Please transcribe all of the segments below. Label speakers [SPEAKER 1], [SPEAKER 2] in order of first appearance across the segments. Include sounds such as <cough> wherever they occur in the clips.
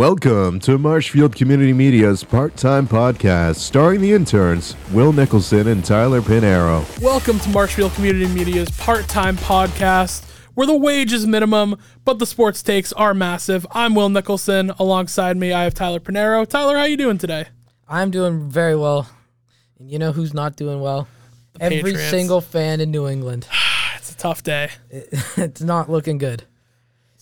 [SPEAKER 1] Welcome to Marshfield Community Media's part time podcast starring the interns Will Nicholson and Tyler Pinero.
[SPEAKER 2] Welcome to Marshfield Community Media's part time podcast, where the wage is minimum, but the sports takes are massive. I'm Will Nicholson. Alongside me, I have Tyler Pinero. Tyler, how you doing today?
[SPEAKER 3] I'm doing very well. And you know who's not doing well? Every
[SPEAKER 2] Patriots.
[SPEAKER 3] single fan in New England. <laughs>
[SPEAKER 2] It's a tough day.
[SPEAKER 3] it's not looking good.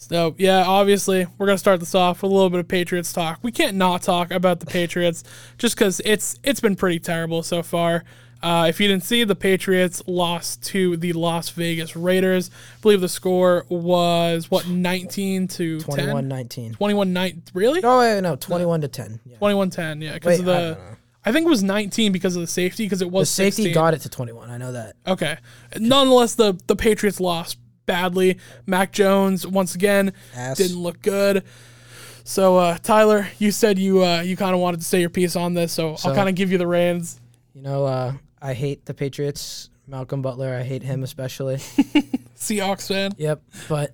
[SPEAKER 2] So, yeah, obviously, we're going to start this off with a little bit of Patriots talk. We can't not talk about the Patriots <laughs> just because it's, it's been pretty terrible so far. Uh, if you didn't see, the Patriots lost to the Las Vegas Raiders. I believe the score was, what, 19 to 10?
[SPEAKER 3] 21 19.
[SPEAKER 2] 21 9 really
[SPEAKER 3] Oh, wait, no, 21 to 10. Yeah.
[SPEAKER 2] 21 10 yeah because
[SPEAKER 3] Wait,
[SPEAKER 2] of
[SPEAKER 3] I
[SPEAKER 2] the
[SPEAKER 3] don't know.
[SPEAKER 2] I, think it was 19 because of the safety because it
[SPEAKER 3] The
[SPEAKER 2] was
[SPEAKER 3] safety
[SPEAKER 2] 16.
[SPEAKER 3] got it to 21. I know that.
[SPEAKER 2] okay nonetheless the the patriots lost badly mac jones once again
[SPEAKER 3] Ass.
[SPEAKER 2] didn't look good so uh tyler you said you uh you kind of wanted to say your piece on this so,
[SPEAKER 3] So-
[SPEAKER 2] i'll kind of give you the reins
[SPEAKER 3] You know, uh, I hate the Patriots. Malcolm Butler, I hate him especially.
[SPEAKER 2] seahawks fan
[SPEAKER 3] Yep, but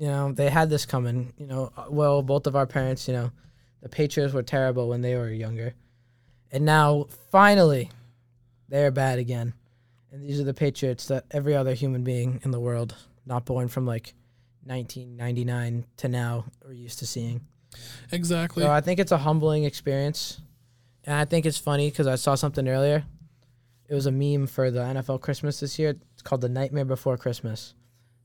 [SPEAKER 3] you know they had this coming. You know, uh, well, both of our parents. You know, the Patriots were terrible when they were younger, and now finally, they are bad again. And these are the Patriots that every other human being in the world, not born from like 1999 to now, are used to seeing.
[SPEAKER 2] exactly
[SPEAKER 3] So I think it's a humbling experience, and I think it's funny because I saw something earlier. It was a meme for the NFL Christmas this year. It's called "The Nightmare Before Christmas,"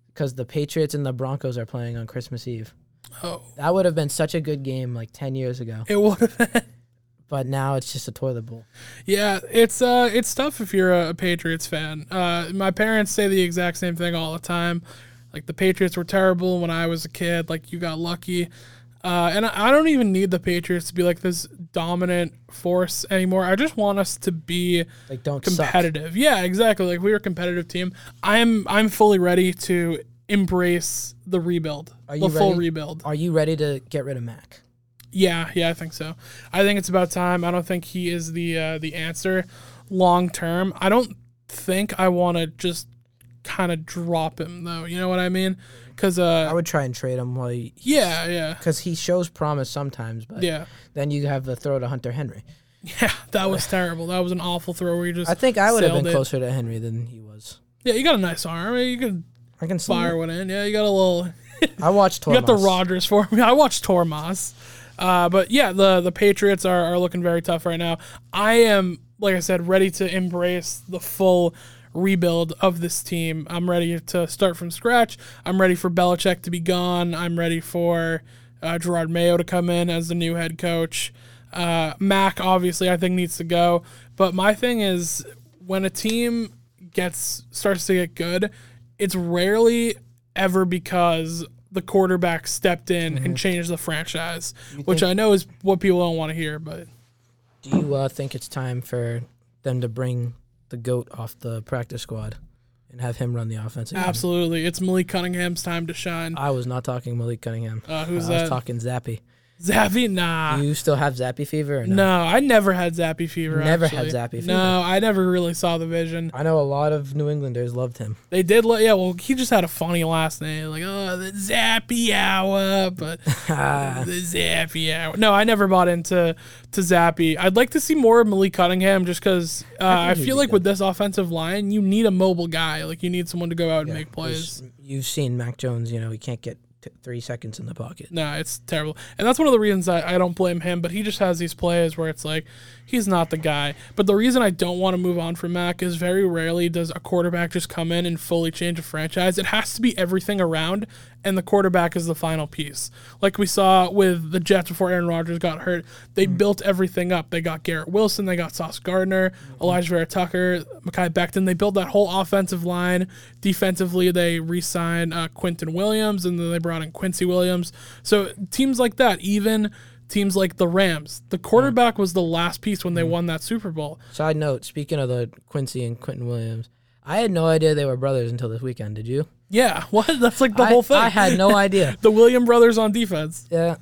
[SPEAKER 3] because the Patriots and the Broncos are playing on Christmas Eve.
[SPEAKER 2] oh
[SPEAKER 3] That would have been such a good game like ten years ago,
[SPEAKER 2] it <laughs> would
[SPEAKER 3] but now it's just a toilet bowl.
[SPEAKER 2] Yeah, it's uh, it's tough if you're a, a Patriots fan. Uh, my parents say the exact same thing all the time. Like the Patriots were terrible when I was a kid. Like you got lucky, uh, and I, I don't even need the Patriots to be like this dominant force anymore. I just want us to be
[SPEAKER 3] Like don't suck.
[SPEAKER 2] competitive. Yeah, exactly. Like we were a competitive team. I'm I'm fully ready to embrace the rebuild,
[SPEAKER 3] Are
[SPEAKER 2] the
[SPEAKER 3] you
[SPEAKER 2] full
[SPEAKER 3] ready?
[SPEAKER 2] rebuild.
[SPEAKER 3] Are you ready to get rid of Mac?
[SPEAKER 2] Yeah, yeah, I think so. I think it's about time. I don't think he is the uh, the answer long term. I don't think I want to just kind of drop him though. You know what I mean? Because
[SPEAKER 3] I
[SPEAKER 2] uh,
[SPEAKER 3] would try and trade him while he,
[SPEAKER 2] yeah, yeah,
[SPEAKER 3] because he shows promise sometimes, but
[SPEAKER 2] yeah, <laughs>
[SPEAKER 3] then you have the throw to Hunter Henry.
[SPEAKER 2] yeah. That was terrible. That was an awful throw where you just.
[SPEAKER 3] I think I would have
[SPEAKER 2] sailed
[SPEAKER 3] been
[SPEAKER 2] it.
[SPEAKER 3] closer to Henry than he was.
[SPEAKER 2] Yeah, you got a nice arm. You could
[SPEAKER 3] I can see.
[SPEAKER 2] fire one in. Yeah, you got a little.
[SPEAKER 3] I watched.
[SPEAKER 2] You got the
[SPEAKER 3] Tormas.
[SPEAKER 2] Rodgers for me. <laughs> I watched Tormas. Uh, but yeah, the the Patriots are, are looking very tough right now. I am, like I said, ready to embrace the full rebuild of this team. I'm ready to start from scratch. I'm ready for Belichick to be gone. I'm ready for uh, Gerard Mayo to come in as the new head coach. Uh, Mac obviously I think needs to go. But my thing is when a team gets starts to get good, it's rarely ever because the quarterback stepped in
[SPEAKER 3] Mm-hmm.
[SPEAKER 2] and changed the franchise, which I know is what people don't want to hear. But
[SPEAKER 3] Do you uh, think it's time for them to bring the goat off the practice squad and have him run the offense? Again?
[SPEAKER 2] absolutely, it's Malik Cunningham's time to shine.
[SPEAKER 3] I was not talking Malik Cunningham.
[SPEAKER 2] Uh, who's
[SPEAKER 3] I was
[SPEAKER 2] that?
[SPEAKER 3] talking Zappy.
[SPEAKER 2] Zappy, nah.
[SPEAKER 3] you still have Zappy fever? Or no?
[SPEAKER 2] No, I never had Zappy fever.
[SPEAKER 3] Never
[SPEAKER 2] actually.
[SPEAKER 3] had Zappy fever.
[SPEAKER 2] No, I never really saw the vision.
[SPEAKER 3] I know a lot of New Englanders loved him.
[SPEAKER 2] They did, li- yeah. Well, he just had a funny last name, like oh, the Zappy Hour, but the Zappy Hour. No, I never bought into to Zappy. I'd like to see more of Malik Cunningham, just because uh, I,
[SPEAKER 3] he'd
[SPEAKER 2] feel
[SPEAKER 3] be
[SPEAKER 2] like with this offensive line, you need a mobile guy. Like you need someone to go out and make plays.
[SPEAKER 3] You've seen Mac Jones. You know he can't get t- three seconds in the pocket.
[SPEAKER 2] No, it's terrible. And that's one of the reasons I, I don't blame him, but he just has these plays where it's like he's not the guy. But the reason I don't want to move on from Mac is very rarely does a quarterback just come in and fully change a franchise. It has to be everything around, and the quarterback is the final piece. Like we saw with the Jets before Aaron Rodgers got hurt, they
[SPEAKER 3] Mm.
[SPEAKER 2] built everything up. They got Garrett Wilson, they got Sauce Gardner,
[SPEAKER 3] Mm-hmm.
[SPEAKER 2] Elijah Vera Tucker, Makai Becton. They built that whole offensive line. Defensively, they re signed uh, Quinton Williams, and then they brought in Quincy Williams. So teams like that, even teams like the Rams,
[SPEAKER 3] Mm.
[SPEAKER 2] the quarterback was the last piece when they won that Super Bowl.
[SPEAKER 3] Side note: Speaking of the Quincy and Quentin Williams, I had no idea they were brothers until this weekend. Did you?
[SPEAKER 2] Yeah, <laughs> what? That's like the
[SPEAKER 3] I,
[SPEAKER 2] whole thing.
[SPEAKER 3] I had
[SPEAKER 2] <laughs>
[SPEAKER 3] no idea.
[SPEAKER 2] the William brothers on defense.
[SPEAKER 3] yeah.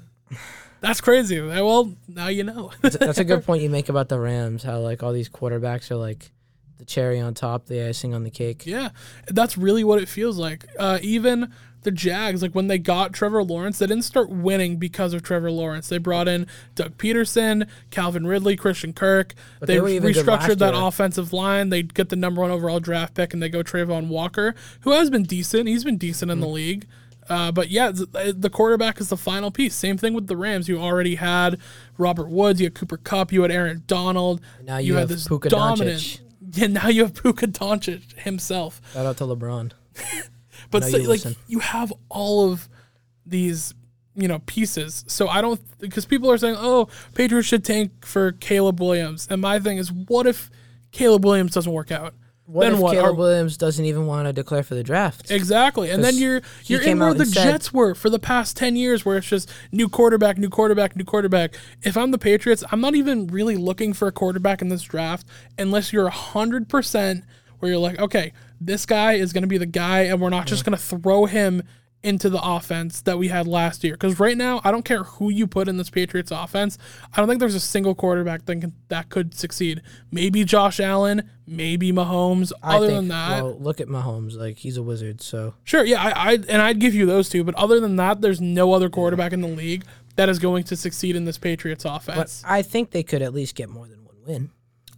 [SPEAKER 2] That's crazy. Well, now you know. <laughs>
[SPEAKER 3] That's a good point you make about the Rams. How like all these quarterbacks are like the cherry on top, the icing on the cake.
[SPEAKER 2] Yeah, that's really what it feels like. Uh, even the Jags, like when they got Trevor Lawrence, they didn't start winning because of Trevor Lawrence. They brought in Doug Peterson, Calvin Ridley, Christian Kirk.
[SPEAKER 3] But
[SPEAKER 2] they,
[SPEAKER 3] they were even good
[SPEAKER 2] restructured
[SPEAKER 3] last
[SPEAKER 2] that
[SPEAKER 3] year.
[SPEAKER 2] offensive line. They get the number one overall draft pick, and they go Trayvon Walker, who has been decent. He's been decent in the
[SPEAKER 3] Mm-hmm.
[SPEAKER 2] league. Uh, but yeah, th- the quarterback is the final piece. Same thing with the Rams. You already had Robert Woods, you had Cooper Cup, you had Aaron Donald.
[SPEAKER 3] Now you have Puka Doncic.
[SPEAKER 2] Yeah, now you have Puka Doncic himself.
[SPEAKER 3] Shout out to LeBron.
[SPEAKER 2] But
[SPEAKER 3] know
[SPEAKER 2] so,
[SPEAKER 3] you
[SPEAKER 2] like
[SPEAKER 3] listen.
[SPEAKER 2] you have all of these, you know, pieces. So I don't because people are saying, "Oh, Patriots should tank for Caleb Williams." And my thing is, what if Caleb Williams doesn't work out?
[SPEAKER 3] What
[SPEAKER 2] then
[SPEAKER 3] if
[SPEAKER 2] what?
[SPEAKER 3] Caleb
[SPEAKER 2] Are-
[SPEAKER 3] Williams doesn't even want to declare for the draft?
[SPEAKER 2] Exactly, and then
[SPEAKER 3] 'Cause
[SPEAKER 2] you're
[SPEAKER 3] he
[SPEAKER 2] you're in
[SPEAKER 3] came
[SPEAKER 2] where
[SPEAKER 3] out
[SPEAKER 2] the
[SPEAKER 3] and said-
[SPEAKER 2] Jets were for the past ten years, where it's just new quarterback, new quarterback, new quarterback. If I'm the Patriots, I'm not even really looking for a quarterback in this draft unless you're hundred percent where you're like, okay, this guy is going to be the guy, and we're not just going to throw him into the offense that we had last year. Because right now, I don't care who you put in this Patriots offense, I don't think there's a single quarterback that can, that could succeed. Maybe Josh Allen, maybe Mahomes.
[SPEAKER 3] I
[SPEAKER 2] Other
[SPEAKER 3] think,
[SPEAKER 2] than that.
[SPEAKER 3] well, look at Mahomes. Like he's a wizard. So
[SPEAKER 2] Sure, yeah, I, I and I'd give you those two, but other than that, there's no other quarterback in the league that is going to succeed in this Patriots offense.
[SPEAKER 3] I think they could at least get more than one win.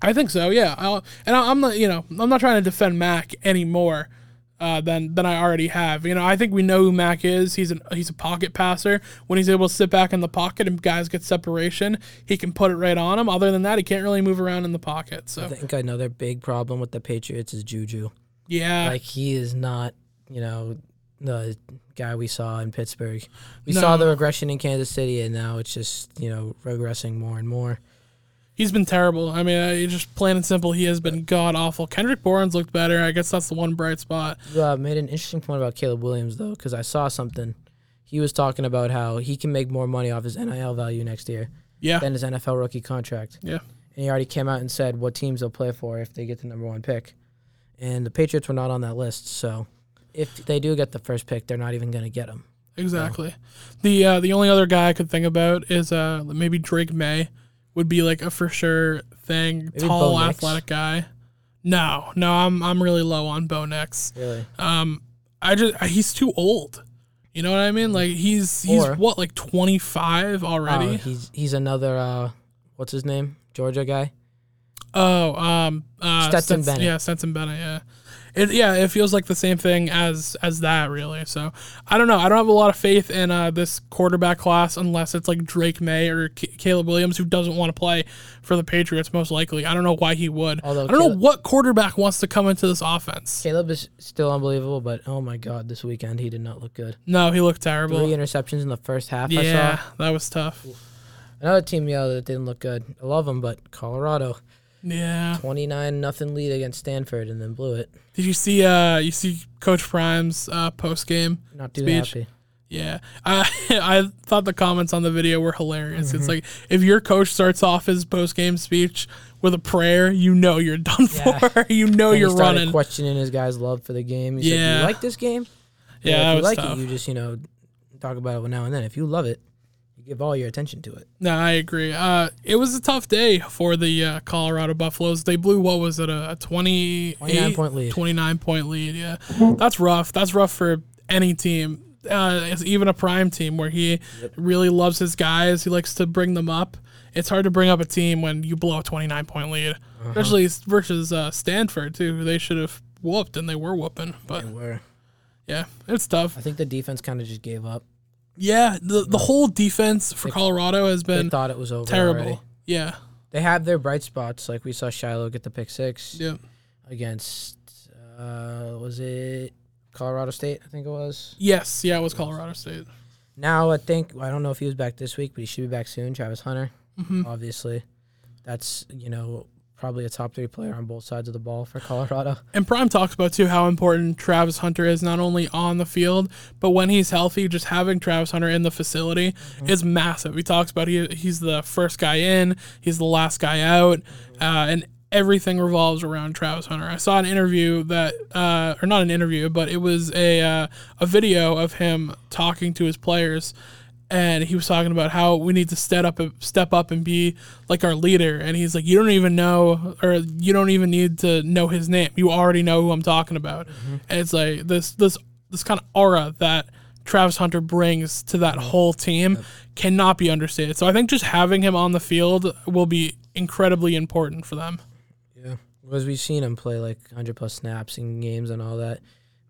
[SPEAKER 2] I think so, yeah. I'll, and I, I'm not, you know, I'm not trying to defend Mac anymore uh, than than I already have. You know, I think we know who Mac is. He's an he's a pocket passer. When he's able to sit back in the pocket and guys get separation, he can put it right on him. Other than that, he can't really move around in the pocket.
[SPEAKER 3] I
[SPEAKER 2] So
[SPEAKER 3] think another big problem with the Patriots is Juju.
[SPEAKER 2] yeah,
[SPEAKER 3] Like he is not, you know, the guy we saw in Pittsburgh. We saw the regression in Kansas City, and now it's just you know regressing more and more.
[SPEAKER 2] He's been terrible. I mean, I, just plain and simple, he has been god awful. Kendrick Bourne's looked better. I guess that's the one bright spot.
[SPEAKER 3] You uh, made an interesting point about Caleb Williams though, because I saw something. He was talking about how he can make more money off his NIL value next year
[SPEAKER 2] Yeah,
[SPEAKER 3] than his NFL rookie contract.
[SPEAKER 2] yeah.
[SPEAKER 3] and he already came out and said what teams they'll play for if they get the number one pick. And the Patriots were not on that list, so if they do get the first pick, they're not even going to get him.
[SPEAKER 2] Exactly. The uh, the only other guy I could think about is uh, maybe Drake May would be like a for sure thing.
[SPEAKER 3] Maybe
[SPEAKER 2] Tall,
[SPEAKER 3] Bo Nix?
[SPEAKER 2] athletic guy. No, no, I'm I'm really low on Bo Nix.
[SPEAKER 3] Really?
[SPEAKER 2] Um, I just I- he's too old. You know what I mean? Like he's he's
[SPEAKER 3] Or-
[SPEAKER 2] what like 25 already.
[SPEAKER 3] Oh, he's he's another uh, what's his name? Georgia guy.
[SPEAKER 2] Oh, um, uh,
[SPEAKER 3] Stetson
[SPEAKER 2] Stets-
[SPEAKER 3] Bennett.
[SPEAKER 2] Yeah, Stetson Bennett. Yeah, it, yeah, it feels like the same thing as as that really. So I don't know. I don't have a lot of faith in uh, this quarterback class unless it's like Drake May or C- Caleb Williams, who doesn't want to play for the Patriots most likely. I don't know why he would.
[SPEAKER 3] Although
[SPEAKER 2] I don't know
[SPEAKER 3] Caleb-
[SPEAKER 2] what quarterback wants to come into this offense.
[SPEAKER 3] Caleb is still unbelievable, but oh my god, this weekend he did not look good.
[SPEAKER 2] No, he looked
[SPEAKER 3] Three
[SPEAKER 2] terrible.
[SPEAKER 3] interceptions in the first half. I
[SPEAKER 2] Yeah,
[SPEAKER 3] saw
[SPEAKER 2] that was tough.
[SPEAKER 3] another team the other that didn't look good. I love them, but Colorado
[SPEAKER 2] Yeah.
[SPEAKER 3] twenty nine nothing lead against Stanford and then blew it.
[SPEAKER 2] Did you see? Uh, you see Coach Prime's uh, post game
[SPEAKER 3] Not too
[SPEAKER 2] Speech.
[SPEAKER 3] happy.
[SPEAKER 2] Yeah, <laughs> I I thought the comments on the video were hilarious. It's like if your coach starts off his post game speech with a prayer, you know you're done <laughs>
[SPEAKER 3] Yeah.
[SPEAKER 2] for. you know
[SPEAKER 3] And he
[SPEAKER 2] you're
[SPEAKER 3] started
[SPEAKER 2] running.
[SPEAKER 3] questioning his guy's love for the game. He said, "Do
[SPEAKER 2] Yeah.
[SPEAKER 3] you like this game?"
[SPEAKER 2] yeah, that
[SPEAKER 3] if you
[SPEAKER 2] was
[SPEAKER 3] like
[SPEAKER 2] tough.
[SPEAKER 3] it, you just you know talk about it now and then. If you love it, you give all your attention to it.
[SPEAKER 2] no, I agree. Uh, it was a tough day for the uh, Colorado Buffaloes. They blew what was it a 28,
[SPEAKER 3] 29 point lead.
[SPEAKER 2] 29 point lead. Yeah, that's rough. That's rough for any team. Uh, it's even a prime team where he really loves his guys. He likes to bring them up. It's hard to bring up a team when you blow a 29 point lead,
[SPEAKER 3] Uh-huh.
[SPEAKER 2] especially s- versus uh, Stanford too. who They should have whooped and they were whooping, but
[SPEAKER 3] Where
[SPEAKER 2] yeah, it's tough.
[SPEAKER 3] I think the defense kind of just gave up.
[SPEAKER 2] Yeah, the the whole defense for Colorado has
[SPEAKER 3] They
[SPEAKER 2] been
[SPEAKER 3] thought it was over.
[SPEAKER 2] terrible.
[SPEAKER 3] already.
[SPEAKER 2] Yeah,
[SPEAKER 3] They have their bright spots, like we saw Shiloh get the pick six
[SPEAKER 2] yeah.
[SPEAKER 3] against uh, was it Colorado State? I think it was.
[SPEAKER 2] Yes, yeah, it was Colorado State.
[SPEAKER 3] Now I think I don't know if he was back this week, but he should be back soon. Travis Hunter,
[SPEAKER 2] Mm-hmm.
[SPEAKER 3] obviously, that's you know probably a top three player on both sides of the ball for <laughs> Colorado.
[SPEAKER 2] And Prime talks about too how important Travis Hunter is not only on the field, but when he's healthy, just having Travis Hunter in the facility is massive. He talks about he he's the first guy in, he's the last guy out, uh, and everything revolves around Travis Hunter. I saw an interview that, uh, or not an interview, but it was a uh, a video of him talking to his players. And he was talking about how we need to step up, step up, and be like our leader. And he's like, "You don't even know, or you don't even need to know his name. You already know who I'm talking about." And it's like this, this, this kind of aura that Travis Hunter brings to that whole team cannot be understated. So I think just having him on the field will be incredibly important for them.
[SPEAKER 3] Yeah, because we've seen him play like 100 plus snaps in games and all that,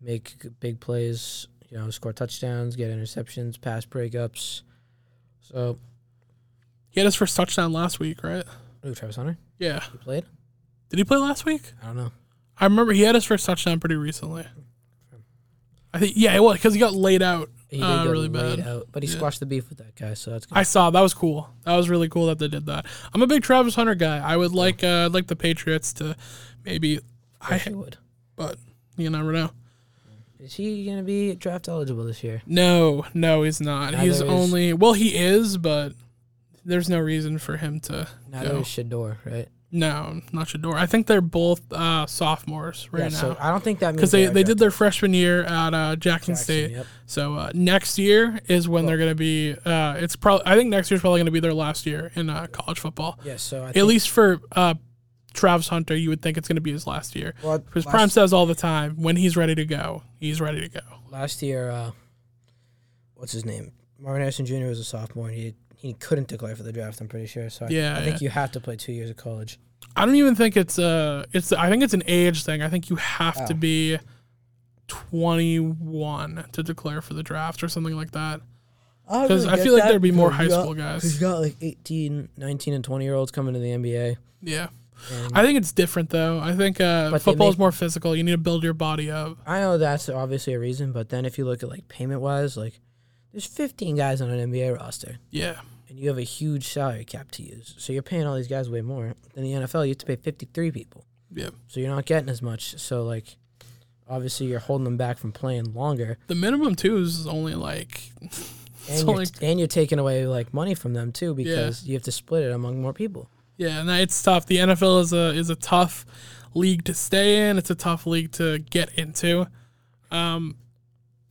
[SPEAKER 3] make g- big plays, you know, score touchdowns, get interceptions, pass breakups. So,
[SPEAKER 2] He had his first touchdown last week, right?
[SPEAKER 3] ooh, Travis Hunter,
[SPEAKER 2] Yeah.
[SPEAKER 3] he played?
[SPEAKER 2] Did he play last week?
[SPEAKER 3] I don't know.
[SPEAKER 2] I remember he had his first touchdown pretty recently. I think yeah, it was because he got laid out
[SPEAKER 3] He
[SPEAKER 2] uh,
[SPEAKER 3] get
[SPEAKER 2] really
[SPEAKER 3] laid
[SPEAKER 2] bad.
[SPEAKER 3] out, but he squashed the beef with that guy, so that's good.
[SPEAKER 2] I saw that was cool. That was really cool that they did that. I'm a big Travis Hunter guy. I would like uh I'd like the Patriots to maybe
[SPEAKER 3] I
[SPEAKER 2] I
[SPEAKER 3] he would.
[SPEAKER 2] but you never know.
[SPEAKER 3] Is he gonna be draft eligible this year?
[SPEAKER 2] No, no, he's not. he's
[SPEAKER 3] Neither is-
[SPEAKER 2] only well he is, but there's no reason for him to
[SPEAKER 3] Neither
[SPEAKER 2] go.
[SPEAKER 3] is Shador, right?
[SPEAKER 2] No, not Shador. I think they're both uh sophomores right
[SPEAKER 3] yeah.
[SPEAKER 2] now.
[SPEAKER 3] So I don't think that means
[SPEAKER 2] because they,
[SPEAKER 3] are
[SPEAKER 2] they did
[SPEAKER 3] drafted.
[SPEAKER 2] their freshman year at uh, Jackson,
[SPEAKER 3] Jackson,
[SPEAKER 2] State.
[SPEAKER 3] yep.
[SPEAKER 2] So uh, next year is when they're going to be. Uh, it's probably I think next year's probably going to be their last year in uh, college football.
[SPEAKER 3] Yeah. So I
[SPEAKER 2] At
[SPEAKER 3] think,
[SPEAKER 2] least for uh, Travis Hunter, you would think it's going to be his last year.
[SPEAKER 3] well,
[SPEAKER 2] Because
[SPEAKER 3] last-
[SPEAKER 2] Prime says all the time when he's ready to go, he's ready to go.
[SPEAKER 3] last year, uh, what's his name? Marvin Harrison Jr. was a sophomore, and he he couldn't declare for the draft. I'm pretty sure. So I,
[SPEAKER 2] Yeah,
[SPEAKER 3] I think
[SPEAKER 2] yeah.
[SPEAKER 3] you have to play two years of college.
[SPEAKER 2] I don't even think it's uh it's I think it's an age thing. I think you have to
[SPEAKER 3] Oh.
[SPEAKER 2] be 21 to declare for the draft or something like that. Because I feel like there'd be more high school
[SPEAKER 3] Because
[SPEAKER 2] guys.
[SPEAKER 3] you got like 18, 19, and 20 year olds coming to the NBA.
[SPEAKER 2] Yeah.
[SPEAKER 3] And
[SPEAKER 2] I think it's different though. I think uh,
[SPEAKER 3] Um, But they
[SPEAKER 2] football is
[SPEAKER 3] make-
[SPEAKER 2] more physical. You need to build your body up.
[SPEAKER 3] I know that's obviously a reason, but then if you look at like payment wise, like there's 15 guys on an NBA roster.
[SPEAKER 2] Yeah,
[SPEAKER 3] and you have a huge salary cap to use. So you're paying all these guys way more than the NFL. You have to pay 53 people.
[SPEAKER 2] yeah.
[SPEAKER 3] So you're not getting as much. So like, obviously you're holding them back from
[SPEAKER 2] <laughs>
[SPEAKER 3] playing longer,
[SPEAKER 2] The minimum too is only like it's
[SPEAKER 3] and, you're,
[SPEAKER 2] only
[SPEAKER 3] and you're taking away like money from them too because you have to split it among more people.
[SPEAKER 2] yeah, and it's tough. The NFL is a is a tough league to stay in. It's a tough league to get into. Um,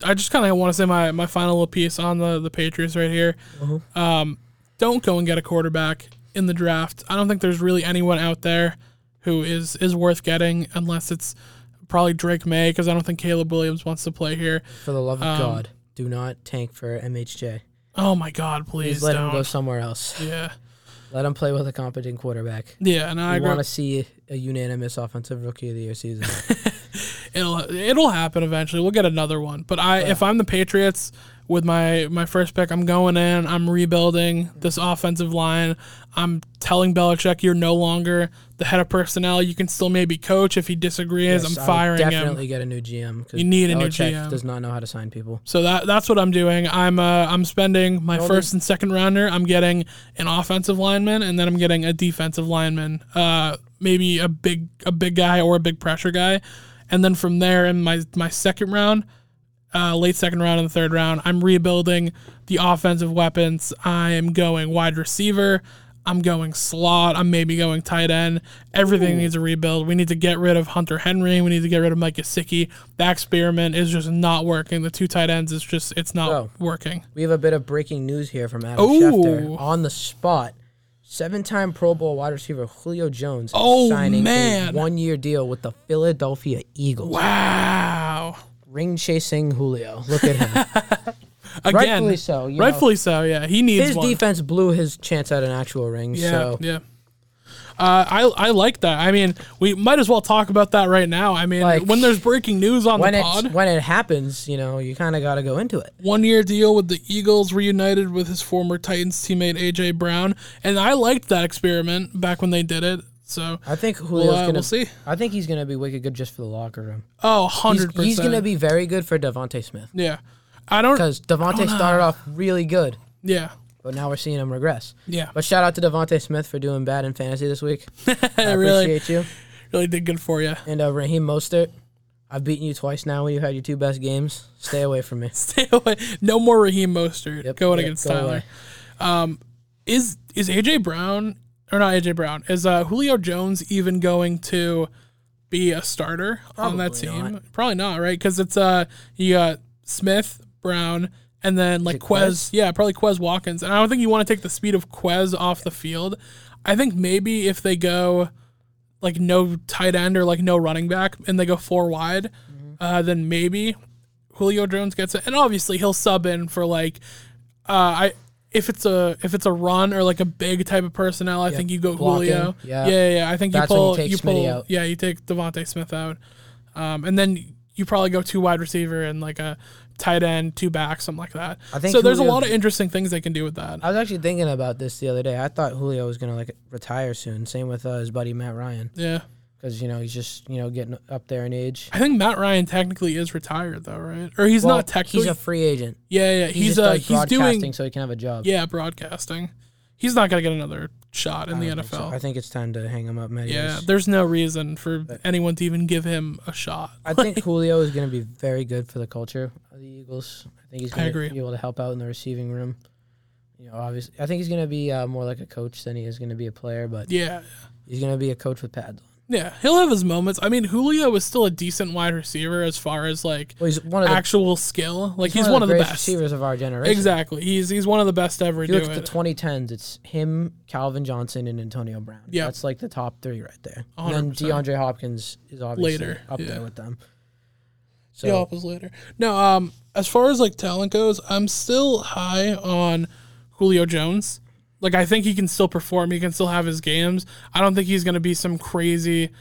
[SPEAKER 2] I just kind of want to say my my final little piece on the the Patriots right here.
[SPEAKER 3] Uh-huh.
[SPEAKER 2] Um, don't go and get a quarterback in the draft. I don't think there's really anyone out there who is is worth getting unless it's probably Drake May because I don't think Caleb Williams wants to play here.
[SPEAKER 3] For the love of
[SPEAKER 2] Um,
[SPEAKER 3] God, do not tank for MHJ.
[SPEAKER 2] Oh my God,
[SPEAKER 3] Please
[SPEAKER 2] please
[SPEAKER 3] let
[SPEAKER 2] don't.
[SPEAKER 3] him go somewhere else.
[SPEAKER 2] Yeah,
[SPEAKER 3] Let him play with a competent quarterback.
[SPEAKER 2] yeah, and I
[SPEAKER 3] I
[SPEAKER 2] agree.
[SPEAKER 3] want to see a unanimous offensive rookie of the
[SPEAKER 2] <laughs>
[SPEAKER 3] year season.
[SPEAKER 2] It'll it'll happen eventually. We'll get another one. But I, if I'm the Patriots with my my first pick, I'm going in. I'm rebuilding
[SPEAKER 3] Mm-hmm.
[SPEAKER 2] this offensive line. I'm telling Belichick, you're no longer the head of personnel. You can still maybe coach if he disagrees.
[SPEAKER 3] Yes, I
[SPEAKER 2] I'm
[SPEAKER 3] would
[SPEAKER 2] firing him.
[SPEAKER 3] definitely get a new GM. 'cause
[SPEAKER 2] You need a new
[SPEAKER 3] Belichick
[SPEAKER 2] GM.
[SPEAKER 3] Does not know how to sign people.
[SPEAKER 2] So that that's what I'm doing. I'm uh, I'm spending my
[SPEAKER 3] Well,
[SPEAKER 2] first and second rounder. I'm getting an offensive lineman, and then I'm getting a defensive lineman. Uh, maybe a big a big guy or a big pressure guy, and then from there in my my second round, uh, late second round and the third round, I'm rebuilding the offensive weapons. I am going wide receiver. I'm going slot. I'm maybe going tight end. Everything needs a rebuild. We need to get rid of Hunter Henry. We need to get rid of Mike Gesicki. The experiment is just not working. The two tight ends is just it's not
[SPEAKER 3] Oh.
[SPEAKER 2] working.
[SPEAKER 3] We have a bit of breaking news here from Adam
[SPEAKER 2] Oh.
[SPEAKER 3] Schefter on the spot. Seven-time Pro Bowl wide receiver Julio Jones is
[SPEAKER 2] Oh,
[SPEAKER 3] signing
[SPEAKER 2] man.
[SPEAKER 3] a one-year deal with the Philadelphia Eagles.
[SPEAKER 2] Wow.
[SPEAKER 3] Ring chasing Julio. Look
[SPEAKER 2] <laughs>
[SPEAKER 3] at him.
[SPEAKER 2] Again,
[SPEAKER 3] Rightfully so, you know.
[SPEAKER 2] rightfully so. Yeah, he needs
[SPEAKER 3] His
[SPEAKER 2] one.
[SPEAKER 3] defense blew his chance at an actual ring.
[SPEAKER 2] Yeah,
[SPEAKER 3] So
[SPEAKER 2] yeah. Uh, I I like that. I mean, we might as well talk about that right now. I mean,
[SPEAKER 3] Like,
[SPEAKER 2] when there's breaking news on
[SPEAKER 3] when
[SPEAKER 2] the
[SPEAKER 3] it
[SPEAKER 2] pod,
[SPEAKER 3] when it happens, you know, you kind of got to go into it.
[SPEAKER 2] one year deal with the Eagles, reunited with his former Titans teammate AJ Brown, and I liked that experiment back when they did it. So
[SPEAKER 3] I think Julio's
[SPEAKER 2] we'll, uh,
[SPEAKER 3] gonna.
[SPEAKER 2] we'll see.
[SPEAKER 3] I think he's gonna be wicked good just for the locker room.
[SPEAKER 2] Oh,
[SPEAKER 3] He's,
[SPEAKER 2] 100 percent.
[SPEAKER 3] he's gonna be very good for Devonte Smith
[SPEAKER 2] Yeah, I don't.
[SPEAKER 3] because Devonte started off really good,
[SPEAKER 2] Yeah,
[SPEAKER 3] but now we're seeing him regress.
[SPEAKER 2] yeah.
[SPEAKER 3] But shout out to Devonte Smith for doing bad in fantasy this <laughs> week. I
[SPEAKER 2] really,
[SPEAKER 3] appreciate you.
[SPEAKER 2] really did good for you.
[SPEAKER 3] And uh, Raheem Mostert, I've beaten you twice now when you had your two best games. Stay away from me.
[SPEAKER 2] Stay <laughs> away. No more Raheem Mostert
[SPEAKER 3] Yep,
[SPEAKER 2] going
[SPEAKER 3] yep,
[SPEAKER 2] against
[SPEAKER 3] go
[SPEAKER 2] Tyler. Um,
[SPEAKER 3] away.
[SPEAKER 2] Is is AJ Brown or not AJ Brown? Is uh, Julio Jones even going to be a starter on that
[SPEAKER 3] Probably
[SPEAKER 2] team? Probably not, right? Because it's uh, you got Smith, Brown, and then like Quez.
[SPEAKER 3] Quez?
[SPEAKER 2] Yeah, probably Quez Watkins. And I don't think you want to take the speed of Quez off the field. I think maybe if they go like
[SPEAKER 3] Mm-hmm.
[SPEAKER 2] no tight end or like no running back and they go four wide, uh, then maybe Julio Jones gets it, and obviously he'll sub in for like, uh, I if it's a if it's a run or like a big type of personnel, I think you go
[SPEAKER 3] blocking,
[SPEAKER 2] Julio.
[SPEAKER 3] yeah.
[SPEAKER 2] yeah, yeah. I think
[SPEAKER 3] That's
[SPEAKER 2] you
[SPEAKER 3] when you
[SPEAKER 2] pull
[SPEAKER 3] take
[SPEAKER 2] you
[SPEAKER 3] Smitty
[SPEAKER 2] pull
[SPEAKER 3] out.
[SPEAKER 2] yeah you take Devonte Smith out, um, and then you probably go two wide receiver and like a tight end, two back, something like that.
[SPEAKER 3] I think
[SPEAKER 2] so. There's a
[SPEAKER 3] Julio-
[SPEAKER 2] lot of interesting things they can do with that.
[SPEAKER 3] <laughs> I was actually thinking about this the other day. I thought Julio was gonna like retire soon. Same with uh, his buddy Matt Ryan,
[SPEAKER 2] Yeah,
[SPEAKER 3] because you know he's just you know getting up there in age.
[SPEAKER 2] I think Matt Ryan technically is retired though, right? Or he's
[SPEAKER 3] Well,
[SPEAKER 2] not technically.
[SPEAKER 3] He's a free agent.
[SPEAKER 2] yeah, yeah.
[SPEAKER 3] He
[SPEAKER 2] He's
[SPEAKER 3] just
[SPEAKER 2] uh,
[SPEAKER 3] does
[SPEAKER 2] he's
[SPEAKER 3] broadcasting
[SPEAKER 2] doing
[SPEAKER 3] so he can have a job.
[SPEAKER 2] yeah broadcasting. He's not gonna get another shot in
[SPEAKER 3] I
[SPEAKER 2] the
[SPEAKER 3] don't
[SPEAKER 2] NFL.
[SPEAKER 3] think so. I think it's time to hang him up, Matt.
[SPEAKER 2] Yeah,
[SPEAKER 3] Eaves.
[SPEAKER 2] there's no reason for anyone to even give him a shot.
[SPEAKER 3] I think Julio is going to be very good for the culture of the Eagles. I think he's
[SPEAKER 2] I
[SPEAKER 3] going
[SPEAKER 2] agree.
[SPEAKER 3] to be able to help out in the receiving room. You know, obviously, I think he's going to be uh, more like a coach than he is going to be a player, but
[SPEAKER 2] Yeah.
[SPEAKER 3] he's going to be a coach with Pat.
[SPEAKER 2] Yeah, he'll have his moments. I mean, Julio is still a decent wide receiver as far as like
[SPEAKER 3] Well, he's one of the
[SPEAKER 2] actual skill. Like he's,
[SPEAKER 3] he's
[SPEAKER 2] one of the,
[SPEAKER 3] greatest
[SPEAKER 2] best.
[SPEAKER 3] receivers of our generation.
[SPEAKER 2] Exactly. He's he's one of the best to ever
[SPEAKER 3] If you
[SPEAKER 2] do
[SPEAKER 3] look at the
[SPEAKER 2] it.
[SPEAKER 3] 2010s, it's him, Calvin Johnson, and Antonio Brown.
[SPEAKER 2] Yeah.
[SPEAKER 3] that's like the top three right there. And then
[SPEAKER 2] 100%.
[SPEAKER 3] DeAndre Hopkins is obviously
[SPEAKER 2] Later,
[SPEAKER 3] up
[SPEAKER 2] yeah.
[SPEAKER 3] there with them. So
[SPEAKER 2] The office later. No, um, as far as like talent goes, I'm still high on Julio Jones. Like I think he can still perform. He can still have his games. I don't think he's gonna be some crazy,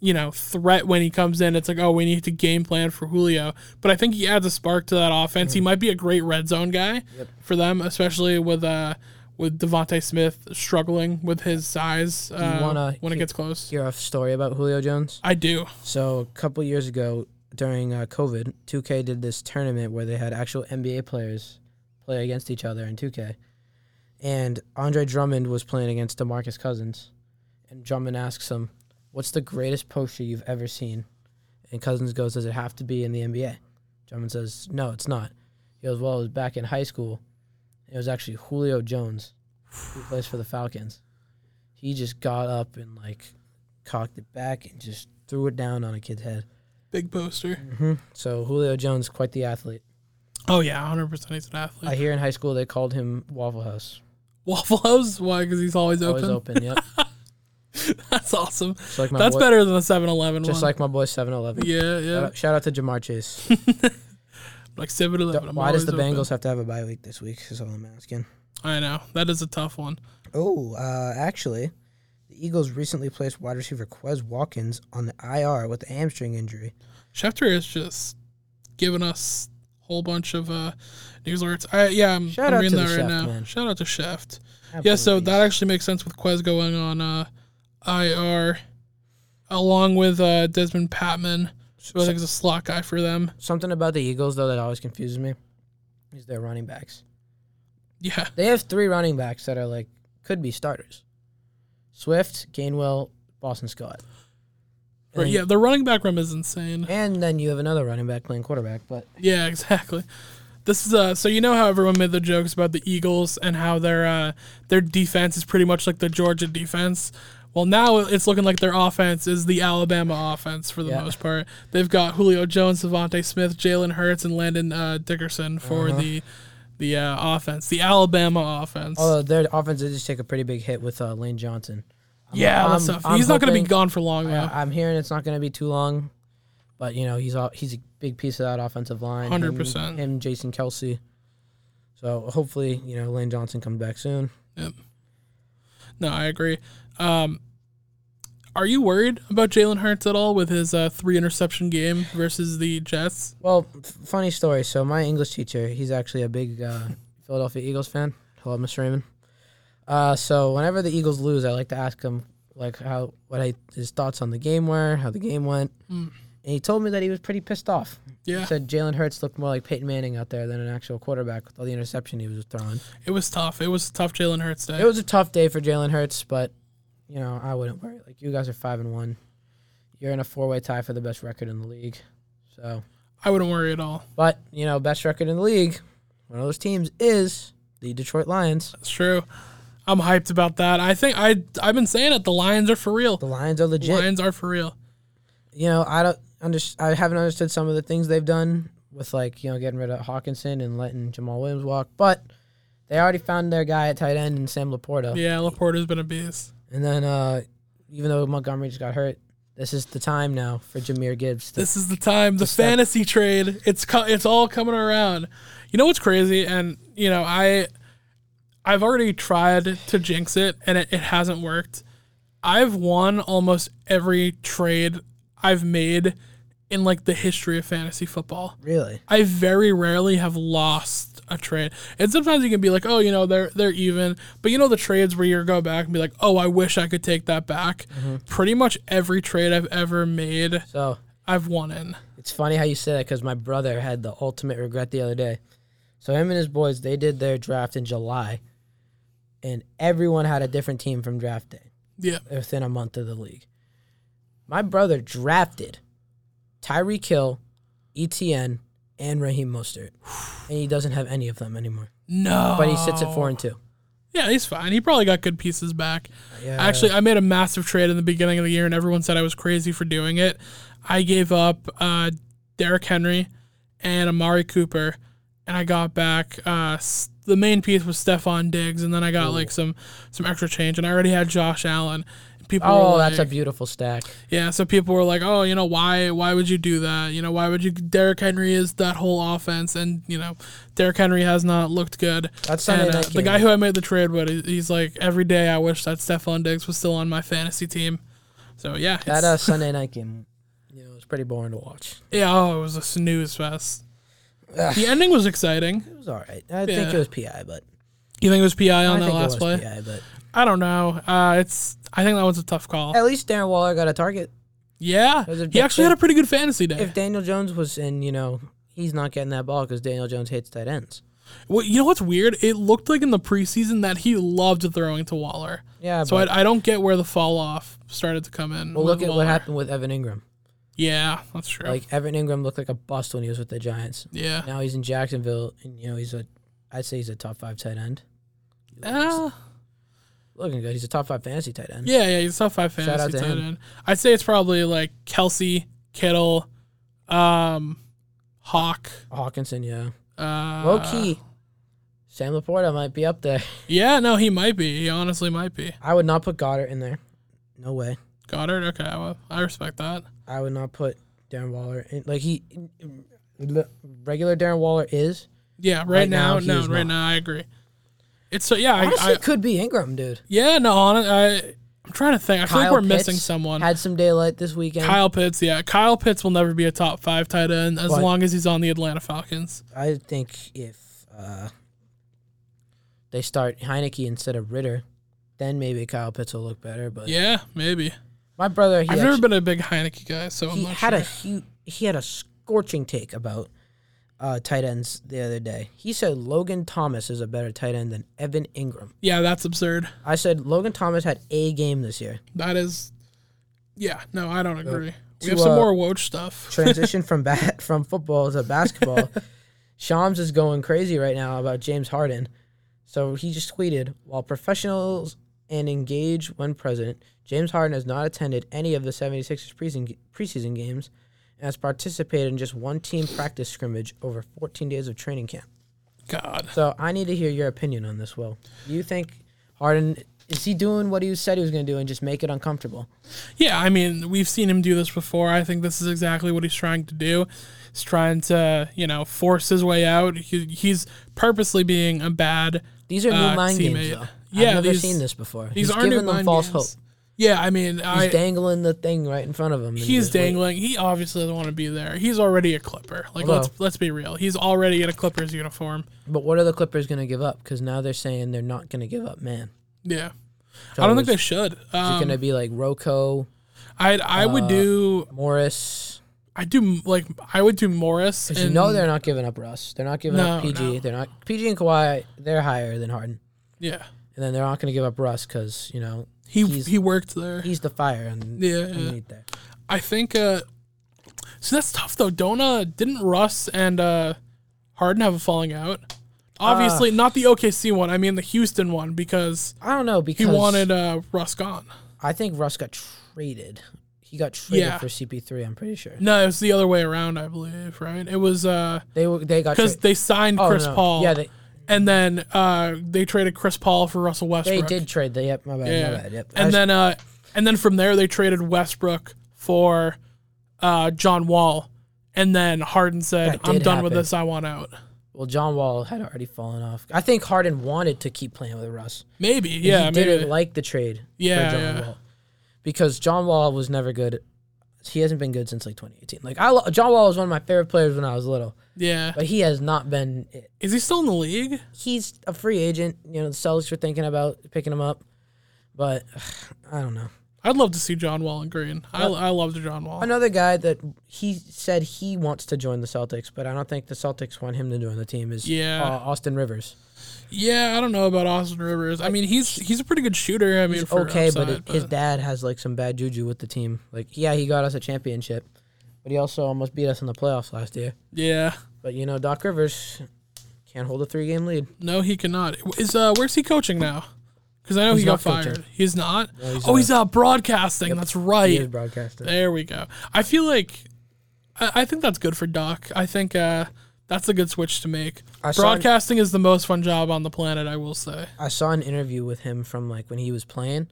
[SPEAKER 2] you know, threat when he comes in. It's like, oh, we need to game plan for Julio. But I think he adds a spark to that offense. He might be a great red zone guy for them, especially with uh with Devontae Smith struggling with his size uh,
[SPEAKER 3] wanna
[SPEAKER 2] when it
[SPEAKER 3] hear-
[SPEAKER 2] gets close.
[SPEAKER 3] hear a story about Julio Jones.
[SPEAKER 2] I do.
[SPEAKER 3] So a couple years ago, during uh, COVID, 2K did this tournament where they had actual NBA players play against each other in 2K, and Andre Drummond was playing against DeMarcus Cousins, and Drummond asks him, "What's the greatest poster you've ever seen?" And Cousins goes, "Does it have to be in the NBA?" Drummond says, "No, it's not." He goes, "Well, it was back in high school. It was actually Julio Jones, who plays for the Falcons. He just got up and like cocked it back and just threw it down on a kid's head.
[SPEAKER 2] Big poster.
[SPEAKER 3] So Julio Jones, quite the athlete.
[SPEAKER 2] Oh yeah, 100. percent He's an athlete.
[SPEAKER 3] I hear in high school they called him Waffle House.
[SPEAKER 2] Waffle House? Why? Because he's always open.
[SPEAKER 3] Always open, yep.
[SPEAKER 2] <laughs> That's awesome.
[SPEAKER 3] Just like my
[SPEAKER 2] That's
[SPEAKER 3] boy,
[SPEAKER 2] better than the 7 Eleven one.
[SPEAKER 3] Just like uh, my boy 7-Eleven.
[SPEAKER 2] yeah, yeah.
[SPEAKER 3] Shout out- Shout out to
[SPEAKER 2] <laughs>
[SPEAKER 3] Jamar Chase.
[SPEAKER 2] like 7 Eleven.
[SPEAKER 3] Why does the Bengals have to have a bye week this week? Is all I'm asking.
[SPEAKER 2] I know. That is a tough one.
[SPEAKER 3] Oh, uh, actually, the Eagles recently placed wide receiver Quez Watkins on the IR with a hamstring injury.
[SPEAKER 2] Schefter is just giving us a whole bunch of uh, news alerts. I, yeah, I'm,
[SPEAKER 3] Shout
[SPEAKER 2] I'm
[SPEAKER 3] out
[SPEAKER 2] reading
[SPEAKER 3] to
[SPEAKER 2] that
[SPEAKER 3] the
[SPEAKER 2] right
[SPEAKER 3] Scheft,
[SPEAKER 2] now.
[SPEAKER 3] man.
[SPEAKER 2] Shout out to Sheft. Yeah, so that actually makes sense with Quez going on uh, IR along with uh, Desmond Patman, who I think is a slot guy for them.
[SPEAKER 3] something about the Eagles though that always confuses me is their running backs.
[SPEAKER 2] Yeah.
[SPEAKER 3] They have three running backs that are like could be starters: Swift, Gainwell, Boston Scott. And,
[SPEAKER 2] Right, yeah, the running back room is insane.
[SPEAKER 3] and then you have another running back playing quarterback. But
[SPEAKER 2] Yeah, <laughs> exactly. This is uh so you know how everyone made the jokes about the Eagles and how their uh their defense is pretty much like the Georgia defense. Well, now it's looking like their offense is the Alabama offense for the
[SPEAKER 3] Yeah.
[SPEAKER 2] most part. They've got Julio Jones, Devontae Smith, Jalen Hurts, and Landon uh, Dickerson for
[SPEAKER 3] Uh-huh.
[SPEAKER 2] the the uh, offense, the Alabama offense.
[SPEAKER 3] although their offense did just take a pretty big hit with uh, Lane Johnson.
[SPEAKER 2] yeah,
[SPEAKER 3] I'm-
[SPEAKER 2] that's tough.
[SPEAKER 3] I'm
[SPEAKER 2] he's not going to be
[SPEAKER 3] hoping-
[SPEAKER 2] gone for long though.
[SPEAKER 3] I, I'm hearing it's not going to be too long, but you know he's all, he's a big piece of that offensive line. Him-
[SPEAKER 2] 100%.
[SPEAKER 3] Him, Jason Kelsey. So hopefully you know Lane Johnson comes back soon.
[SPEAKER 2] No, I agree. Um, are you worried about Jalen Hurts at all with his uh, three interception game versus the Jets?
[SPEAKER 3] Well, f- funny story. So my English teacher, he's actually a big uh, Philadelphia Eagles fan. Hello, Mr. Raymond. Uh, so whenever the Eagles lose, I like to ask him like how what I, his thoughts on the game were, how the game went, and he told me that he was pretty pissed off.
[SPEAKER 2] Yeah,
[SPEAKER 3] He said Jalen Hurts looked more like Peyton Manning out there than an actual quarterback with all the interception he was throwing.
[SPEAKER 2] it was tough. It was a tough Jalen Hurts day.
[SPEAKER 3] It was a tough day for Jalen Hurts, but you know I wouldn't worry. Like you guys are five and one, you're in a four way tie for the best record in the league, so.
[SPEAKER 2] I wouldn't worry at all.
[SPEAKER 3] But you know, best record in the league, one of those teams is the Detroit Lions.
[SPEAKER 2] It's true. I'm hyped about that. I think I I've been saying it. The Lions are for real.
[SPEAKER 3] The Lions are legit.
[SPEAKER 2] Lions are for real.
[SPEAKER 3] You know, I don't under, I haven't understood some of the things they've done with like you know getting rid of Hawkinson and letting Jamal Williams walk, but they already found their guy at tight end in Sam Laporta,
[SPEAKER 2] Yeah, Laporta's been a beast.
[SPEAKER 3] and then uh, even though Montgomery just got hurt, This is the time now for Jameer Gibbs. To,
[SPEAKER 2] This is the time. The fantasy trade. It's co- it's all coming around. You know what's crazy? And you know I, I've already tried to jinx it, and it, it hasn't worked. I've won almost every trade I've made in like the history of fantasy football.
[SPEAKER 3] really?
[SPEAKER 2] I very rarely have lost a trade. And sometimes you can be like, oh, you know, they're they're even. But you know the trades where you go back and be like, oh, I wish I could take that back. Pretty much every trade I've ever made,
[SPEAKER 3] So
[SPEAKER 2] I've won in.
[SPEAKER 3] It's funny how you say that because my brother had the ultimate regret the other day. So him and his boys, they did their draft in July, and everyone had a different team from draft day
[SPEAKER 2] Yeah.
[SPEAKER 3] within a month of the league. My brother drafted Tyreek Hill, ETN, and Raheem Mostert, and he doesn't have any of them anymore.
[SPEAKER 2] No.
[SPEAKER 3] But he sits at four and two.
[SPEAKER 2] Yeah, he's fine. He probably got good pieces back.
[SPEAKER 3] Yeah.
[SPEAKER 2] Actually, I made a massive trade in the beginning of the year, and everyone said I was crazy for doing it. I gave up uh, Derrick Henry and Amari Cooper, and I got back uh, s- the main piece was Stephon Diggs, and then I got like some some extra change, and I already had Josh Allen. People were
[SPEAKER 3] Oh,
[SPEAKER 2] like,
[SPEAKER 3] that's a beautiful stack.
[SPEAKER 2] yeah, so people were like, "Oh, you know, why why would you do that? You know, why would you Derrick Henry is that whole offense and, you know, Derrick Henry has not looked good."
[SPEAKER 3] That's Sunday
[SPEAKER 2] And, uh,
[SPEAKER 3] night
[SPEAKER 2] the
[SPEAKER 3] game.
[SPEAKER 2] guy who I made the trade with, he- he's like, "Every day I wish that Stephon Diggs was still on my fantasy team." So, yeah.
[SPEAKER 3] That
[SPEAKER 2] it's- <laughs>
[SPEAKER 3] uh, Sunday night game, you know, it was pretty boring to watch.
[SPEAKER 2] yeah, oh, it was a snooze fest. the ending was exciting.
[SPEAKER 3] It was all right. I think
[SPEAKER 2] Yeah.
[SPEAKER 3] it was PI, but
[SPEAKER 2] You think it was PI on
[SPEAKER 3] I
[SPEAKER 2] that
[SPEAKER 3] think
[SPEAKER 2] last
[SPEAKER 3] it was
[SPEAKER 2] play?
[SPEAKER 3] PI, but
[SPEAKER 2] I don't know. Uh, it's I think that was a tough call.
[SPEAKER 3] at least Darren Waller got a target.
[SPEAKER 2] yeah.
[SPEAKER 3] was
[SPEAKER 2] He actually
[SPEAKER 3] objective.
[SPEAKER 2] had a pretty good fantasy day.
[SPEAKER 3] if Daniel Jones was in, you know, he's not getting that ball because Daniel Jones hates tight ends.
[SPEAKER 2] Well, you know what's weird? It looked like in the preseason that he loved throwing to Waller.
[SPEAKER 3] Yeah,
[SPEAKER 2] So
[SPEAKER 3] but
[SPEAKER 2] I, I don't get where the fall off started to come in.
[SPEAKER 3] well,
[SPEAKER 2] with
[SPEAKER 3] look at
[SPEAKER 2] Waller.
[SPEAKER 3] what happened with Evan Ingram.
[SPEAKER 2] Yeah, that's true.
[SPEAKER 3] Like Evan Ingram looked like a bust when he was with the Giants.
[SPEAKER 2] yeah.
[SPEAKER 3] Now he's in Jacksonville, and you know he's a, I'd say he's a top five tight end.
[SPEAKER 2] Uh,
[SPEAKER 3] Looking good. He's a top five fantasy tight end.
[SPEAKER 2] yeah, yeah, he's top five
[SPEAKER 3] Shout
[SPEAKER 2] fantasy
[SPEAKER 3] out to
[SPEAKER 2] tight
[SPEAKER 3] him.
[SPEAKER 2] end. I'd say it's probably like Kelsey, Kittle, um, Hawk.
[SPEAKER 3] Hawkinson, yeah.
[SPEAKER 2] Uh,
[SPEAKER 3] Low key, Sam Laporta might be up there. <laughs>
[SPEAKER 2] Yeah, no, he might be. He honestly might be.
[SPEAKER 3] I would not put Goddard in there. No way.
[SPEAKER 2] Goddard. Okay, well, I respect that.
[SPEAKER 3] I would not put Darren Waller in. Like he, regular Darren Waller is
[SPEAKER 2] Yeah, right,
[SPEAKER 3] Right now,
[SPEAKER 2] now,
[SPEAKER 3] he
[SPEAKER 2] no,
[SPEAKER 3] is
[SPEAKER 2] right
[SPEAKER 3] not.
[SPEAKER 2] now, I agree. It's so yeah, I,
[SPEAKER 3] honestly
[SPEAKER 2] I
[SPEAKER 3] could be Ingram, dude.
[SPEAKER 2] yeah, no, hon I I'm trying to think. I feel like
[SPEAKER 3] Kyle
[SPEAKER 2] we're
[SPEAKER 3] Pitts
[SPEAKER 2] missing someone.
[SPEAKER 3] Had some daylight this weekend.
[SPEAKER 2] Kyle Pitts, yeah. Kyle Pitts will never be a top five tight end as
[SPEAKER 3] But-
[SPEAKER 2] long as he's on the Atlanta Falcons.
[SPEAKER 3] I think if uh, they start Heineke instead of Ritter, then maybe Kyle Pitts will look better. But
[SPEAKER 2] Yeah, maybe.
[SPEAKER 3] my brother, he,
[SPEAKER 2] I've never
[SPEAKER 3] actu-
[SPEAKER 2] been a big Heineke guy, so I'm
[SPEAKER 3] he
[SPEAKER 2] not
[SPEAKER 3] had
[SPEAKER 2] sure.
[SPEAKER 3] a hu- he had a scorching take about uh, tight ends the other day. He said Logan Thomas is a better tight end than Evan Ingram.
[SPEAKER 2] yeah, that's absurd.
[SPEAKER 3] I said Logan Thomas had a game this year.
[SPEAKER 2] That is, yeah, no, I don't agree. we
[SPEAKER 3] to,
[SPEAKER 2] have some
[SPEAKER 3] uh,
[SPEAKER 2] more Woj stuff.
[SPEAKER 3] transition from bat <laughs> from football
[SPEAKER 2] <laughs>
[SPEAKER 3] to basketball. Shams is going crazy right now about James Harden. So he just tweeted, while professionals and engaged when present, James Harden has not attended any of the 76ers preseason, preseason games and has participated in just one team practice scrimmage over 14 days of training camp.
[SPEAKER 2] God,
[SPEAKER 3] So I need to hear your opinion on this, Will. Do you think Harden is he doing what he said he was going to do and just make it uncomfortable?
[SPEAKER 2] yeah, I mean, we've seen him do this before. I think this is exactly what he's trying to do. He's trying to, you know, force his way out. He, he's purposely being a bad.
[SPEAKER 3] These are new
[SPEAKER 2] uh,
[SPEAKER 3] mind games,
[SPEAKER 2] teammate.
[SPEAKER 3] though.
[SPEAKER 2] Yeah,
[SPEAKER 3] I've never
[SPEAKER 2] these-
[SPEAKER 3] seen this before.
[SPEAKER 2] These
[SPEAKER 3] He's
[SPEAKER 2] are new
[SPEAKER 3] giving them
[SPEAKER 2] mind
[SPEAKER 3] false hope.
[SPEAKER 2] games. Yeah, I mean, I,
[SPEAKER 3] He's dangling the thing right in front of him. and you
[SPEAKER 2] He's
[SPEAKER 3] just wait.
[SPEAKER 2] dangling. He obviously doesn't want to be there. He's already a Clipper. Like
[SPEAKER 3] Hello.
[SPEAKER 2] let's let's be real. He's already in a Clippers uniform.
[SPEAKER 3] But what are the Clippers going to give up? Because now they're saying they're not going to give up, man.
[SPEAKER 2] Yeah,
[SPEAKER 3] So
[SPEAKER 2] I don't think
[SPEAKER 3] is-
[SPEAKER 2] they should.
[SPEAKER 3] Is Uh, it
[SPEAKER 2] Um,
[SPEAKER 3] going to be like Rocco,
[SPEAKER 2] I I would do
[SPEAKER 3] Morris?
[SPEAKER 2] I do like I would do Morris.
[SPEAKER 3] Because you
[SPEAKER 2] and-
[SPEAKER 3] know they're not giving up Russ. They're not giving up
[SPEAKER 2] No,
[SPEAKER 3] PG.
[SPEAKER 2] no.
[SPEAKER 3] They're not PG and Kawhi. They're higher than Harden,
[SPEAKER 2] yeah.
[SPEAKER 3] and then they're not going to give up Russ because you know
[SPEAKER 2] He
[SPEAKER 3] He's-
[SPEAKER 2] he worked there.
[SPEAKER 3] he's the fire and
[SPEAKER 2] Yeah, yeah.
[SPEAKER 3] there.
[SPEAKER 2] I think. uh So that's tough though. Don't uh didn't Russ and uh Harden have a falling out?
[SPEAKER 3] Uh,
[SPEAKER 2] Obviously, not the OKC one. I mean the Houston one because
[SPEAKER 3] I don't know
[SPEAKER 2] he
[SPEAKER 3] because
[SPEAKER 2] wanted uh Russ gone.
[SPEAKER 3] I think Russ got traded. He got traded
[SPEAKER 2] Yeah.
[SPEAKER 3] for CP3. I'm pretty sure
[SPEAKER 2] No, it was the other way around. I believe right. It was uh.
[SPEAKER 3] they were they got
[SPEAKER 2] because
[SPEAKER 3] tra-
[SPEAKER 2] they signed
[SPEAKER 3] Oh, no,
[SPEAKER 2] Chris
[SPEAKER 3] no.
[SPEAKER 2] Paul.
[SPEAKER 3] Yeah, they,
[SPEAKER 2] and then uh, they traded Chris Paul for Russell
[SPEAKER 3] they
[SPEAKER 2] Westbrook.
[SPEAKER 3] did trade. They, yep, my bad,
[SPEAKER 2] Yeah.
[SPEAKER 3] my bad. Yep. I
[SPEAKER 2] And
[SPEAKER 3] was-
[SPEAKER 2] then uh, and then from there they traded Westbrook for uh, John Wall, and then Harden said,
[SPEAKER 3] That
[SPEAKER 2] "I'm
[SPEAKER 3] did
[SPEAKER 2] done with
[SPEAKER 3] happen.
[SPEAKER 2] this. I want out."
[SPEAKER 3] Well, John Wall had already fallen off. I think Harden wanted to keep playing with Russ.
[SPEAKER 2] Maybe, yeah,
[SPEAKER 3] he
[SPEAKER 2] maybe.
[SPEAKER 3] didn't like the trade
[SPEAKER 2] Yeah,
[SPEAKER 3] for John
[SPEAKER 2] yeah.
[SPEAKER 3] Wall because John Wall was never good. He hasn't been good since like 2018. Like I, lo- John Wall was one of my favorite players when I was little,
[SPEAKER 2] yeah,
[SPEAKER 3] but he has not been. It.
[SPEAKER 2] is he still in the league?
[SPEAKER 3] He's a free agent. You know, the Celtics were thinking about picking him up, but <sighs> I don't know.
[SPEAKER 2] I'd love to see John Wall in green. I, I loved John Wall.
[SPEAKER 3] Another guy that he said he wants to join the Celtics, but I don't think the Celtics want him to join the team. Is
[SPEAKER 2] Yeah.
[SPEAKER 3] uh, Austin Rivers?
[SPEAKER 2] Yeah, I don't know about Austin Rivers. I mean, he's he's a pretty good shooter. I mean,
[SPEAKER 3] He's
[SPEAKER 2] for
[SPEAKER 3] okay, but,
[SPEAKER 2] upside,
[SPEAKER 3] it, his dad has like some bad juju with the team. Like, yeah, he got us a championship, but he also almost beat us in the playoffs last year.
[SPEAKER 2] yeah,
[SPEAKER 3] But you know, Doc Rivers can't hold a three-game lead.
[SPEAKER 2] no, he cannot. Is uh, where's he coaching now? Because I know
[SPEAKER 3] He's
[SPEAKER 2] he got
[SPEAKER 3] not
[SPEAKER 2] fired.
[SPEAKER 3] coaching.
[SPEAKER 2] He's not.
[SPEAKER 3] he's,
[SPEAKER 2] oh,
[SPEAKER 3] uh,
[SPEAKER 2] he's out broadcasting. That's right.
[SPEAKER 3] He is broadcasting.
[SPEAKER 2] There we go. I feel like I, I think that's good for Doc. I think uh, that's a good switch to make.
[SPEAKER 3] I saw-
[SPEAKER 2] Broadcasting is the most fun job on the planet, I will say.
[SPEAKER 3] I saw an interview with him from like when he was playing.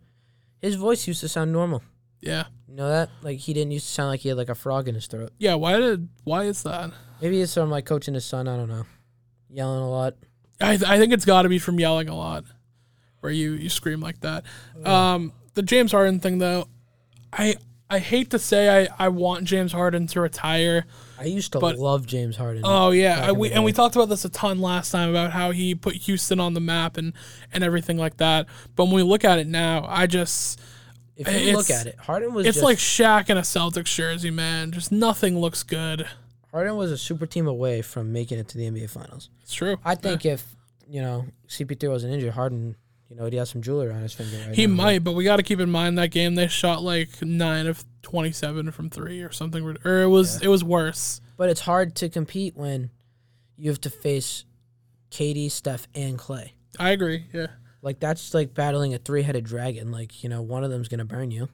[SPEAKER 3] His voice used to sound normal.
[SPEAKER 2] Yeah,
[SPEAKER 3] You know that? Like he didn't used to sound like he had like a frog in his throat.
[SPEAKER 2] yeah. Why did why is that?
[SPEAKER 3] Maybe it's from like coaching his son. I don't know. Yelling a lot.
[SPEAKER 2] I, th- I think it's got to be from yelling a lot, where you, you scream like that. Um, the James Harden thing though, I I hate to say I, I want James Harden to retire.
[SPEAKER 3] I used to
[SPEAKER 2] But-
[SPEAKER 3] love James Harden.
[SPEAKER 2] Oh yeah, I,
[SPEAKER 3] in
[SPEAKER 2] we
[SPEAKER 3] the
[SPEAKER 2] and we
[SPEAKER 3] day.
[SPEAKER 2] talked about this a ton last time about how he put Houston on the map and and everything like that. But when we look at it now, I just
[SPEAKER 3] if you look
[SPEAKER 2] it's-
[SPEAKER 3] at it, Harden was
[SPEAKER 2] it's
[SPEAKER 3] just,
[SPEAKER 2] like Shaq in a Celtics jersey, man. Just nothing looks good.
[SPEAKER 3] Harden was a super team away from making it to the NBA Finals.
[SPEAKER 2] It's true.
[SPEAKER 3] I think if you know CP3 wasn't injured, Harden, you know, he'd have some jewelry on his finger. Right
[SPEAKER 2] He
[SPEAKER 3] now.
[SPEAKER 2] might, but we got to keep in mind that game they shot like nine of twenty-seven from three or something, rid- or it was it was worse.
[SPEAKER 3] but it's hard to compete when you have to face Katie, Steph, and Clay.
[SPEAKER 2] I agree. Yeah.
[SPEAKER 3] Like that's like battling a three-headed dragon. Like you know, one of them's gonna burn you.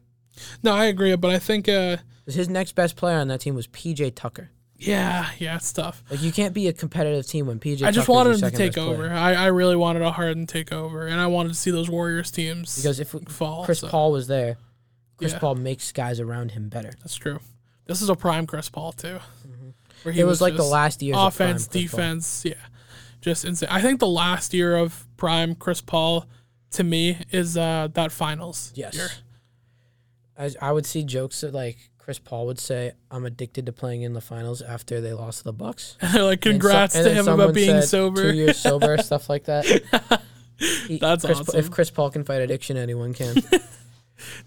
[SPEAKER 2] No, I agree, but I think uh
[SPEAKER 3] 'Cause His next best player on that team was PJ Tucker.
[SPEAKER 2] yeah, yeah, it's tough.
[SPEAKER 3] Like you can't be a competitive team when PJ.
[SPEAKER 2] I just
[SPEAKER 3] Tucker's your
[SPEAKER 2] wanted him to
[SPEAKER 3] second
[SPEAKER 2] take
[SPEAKER 3] best player.
[SPEAKER 2] over. I, I really wanted a Harden take over, and I wanted to see those Warriors teams
[SPEAKER 3] because if
[SPEAKER 2] fall.
[SPEAKER 3] Chris
[SPEAKER 2] so-
[SPEAKER 3] Paul was there, Chris
[SPEAKER 2] Yeah.
[SPEAKER 3] Paul makes guys around him better.
[SPEAKER 2] That's true. This is a prime Chris Paul too. Where he
[SPEAKER 3] Mm-hmm. It was, like the
[SPEAKER 2] just
[SPEAKER 3] last year.
[SPEAKER 2] offense, defense, yeah, just insane. I think the last year of prime Chris Paul to me is uh, that finals.
[SPEAKER 3] Yes.
[SPEAKER 2] year.
[SPEAKER 3] I, I would see jokes that like Chris Paul would say, "I'm addicted to playing in the finals after they lost to the Bucks."
[SPEAKER 2] And <laughs> they're like,
[SPEAKER 3] And so-
[SPEAKER 2] congrats
[SPEAKER 3] and
[SPEAKER 2] to
[SPEAKER 3] then
[SPEAKER 2] him about
[SPEAKER 3] someone
[SPEAKER 2] being
[SPEAKER 3] said,
[SPEAKER 2] sober.
[SPEAKER 3] Two years sober, stuff like that.
[SPEAKER 2] <laughs>
[SPEAKER 3] He-
[SPEAKER 2] That's
[SPEAKER 3] Chris,
[SPEAKER 2] awesome.
[SPEAKER 3] If Chris Paul can fight addiction,
[SPEAKER 2] <laughs>
[SPEAKER 3] anyone can.
[SPEAKER 2] <laughs>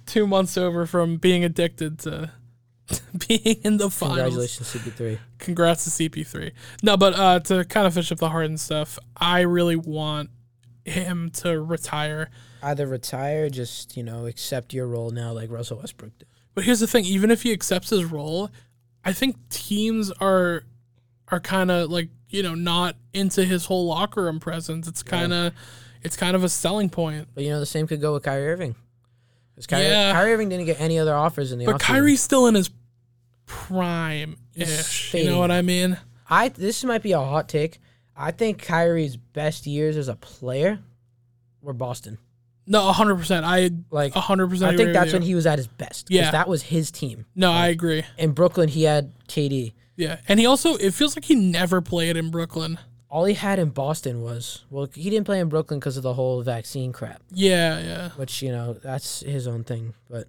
[SPEAKER 2] Two months over from being addicted to <laughs> being in the finals.
[SPEAKER 3] Congratulations, CP3.
[SPEAKER 2] congrats to CP3. No, but uh, to kind of finish up the Harden stuff, I really want him to retire.
[SPEAKER 3] Either retire, just you know, accept your role now, like Russell Westbrook did.
[SPEAKER 2] But here's the thing: even if he accepts his role, I think teams are are kind of like you know not into his whole locker room presence. It's kind of it's kind of a selling point.
[SPEAKER 3] But you know, the same could go with Kyrie Irving. 'Cause Kyrie,
[SPEAKER 2] Yeah.
[SPEAKER 3] Kyrie Irving didn't get any other offers in the
[SPEAKER 2] But
[SPEAKER 3] offseason.
[SPEAKER 2] Kyrie's still in his prime ish. You know
[SPEAKER 3] fading.
[SPEAKER 2] what I mean?
[SPEAKER 3] I this might be a hot take. I think Kyrie's best years as a player were Boston.
[SPEAKER 2] No, hundred percent. I
[SPEAKER 3] Like
[SPEAKER 2] hundred percent.
[SPEAKER 3] I think that's when he was at his best. 'cause
[SPEAKER 2] Oh, Yeah.
[SPEAKER 3] that was his team.
[SPEAKER 2] No, I agree.
[SPEAKER 3] In Brooklyn, he had KD.
[SPEAKER 2] Yeah, and he also it feels like he never played in Brooklyn.
[SPEAKER 3] All he had in Boston was well, he didn't play in Brooklyn because of the whole vaccine crap,
[SPEAKER 2] Yeah, yeah.
[SPEAKER 3] which you know that's his own thing. But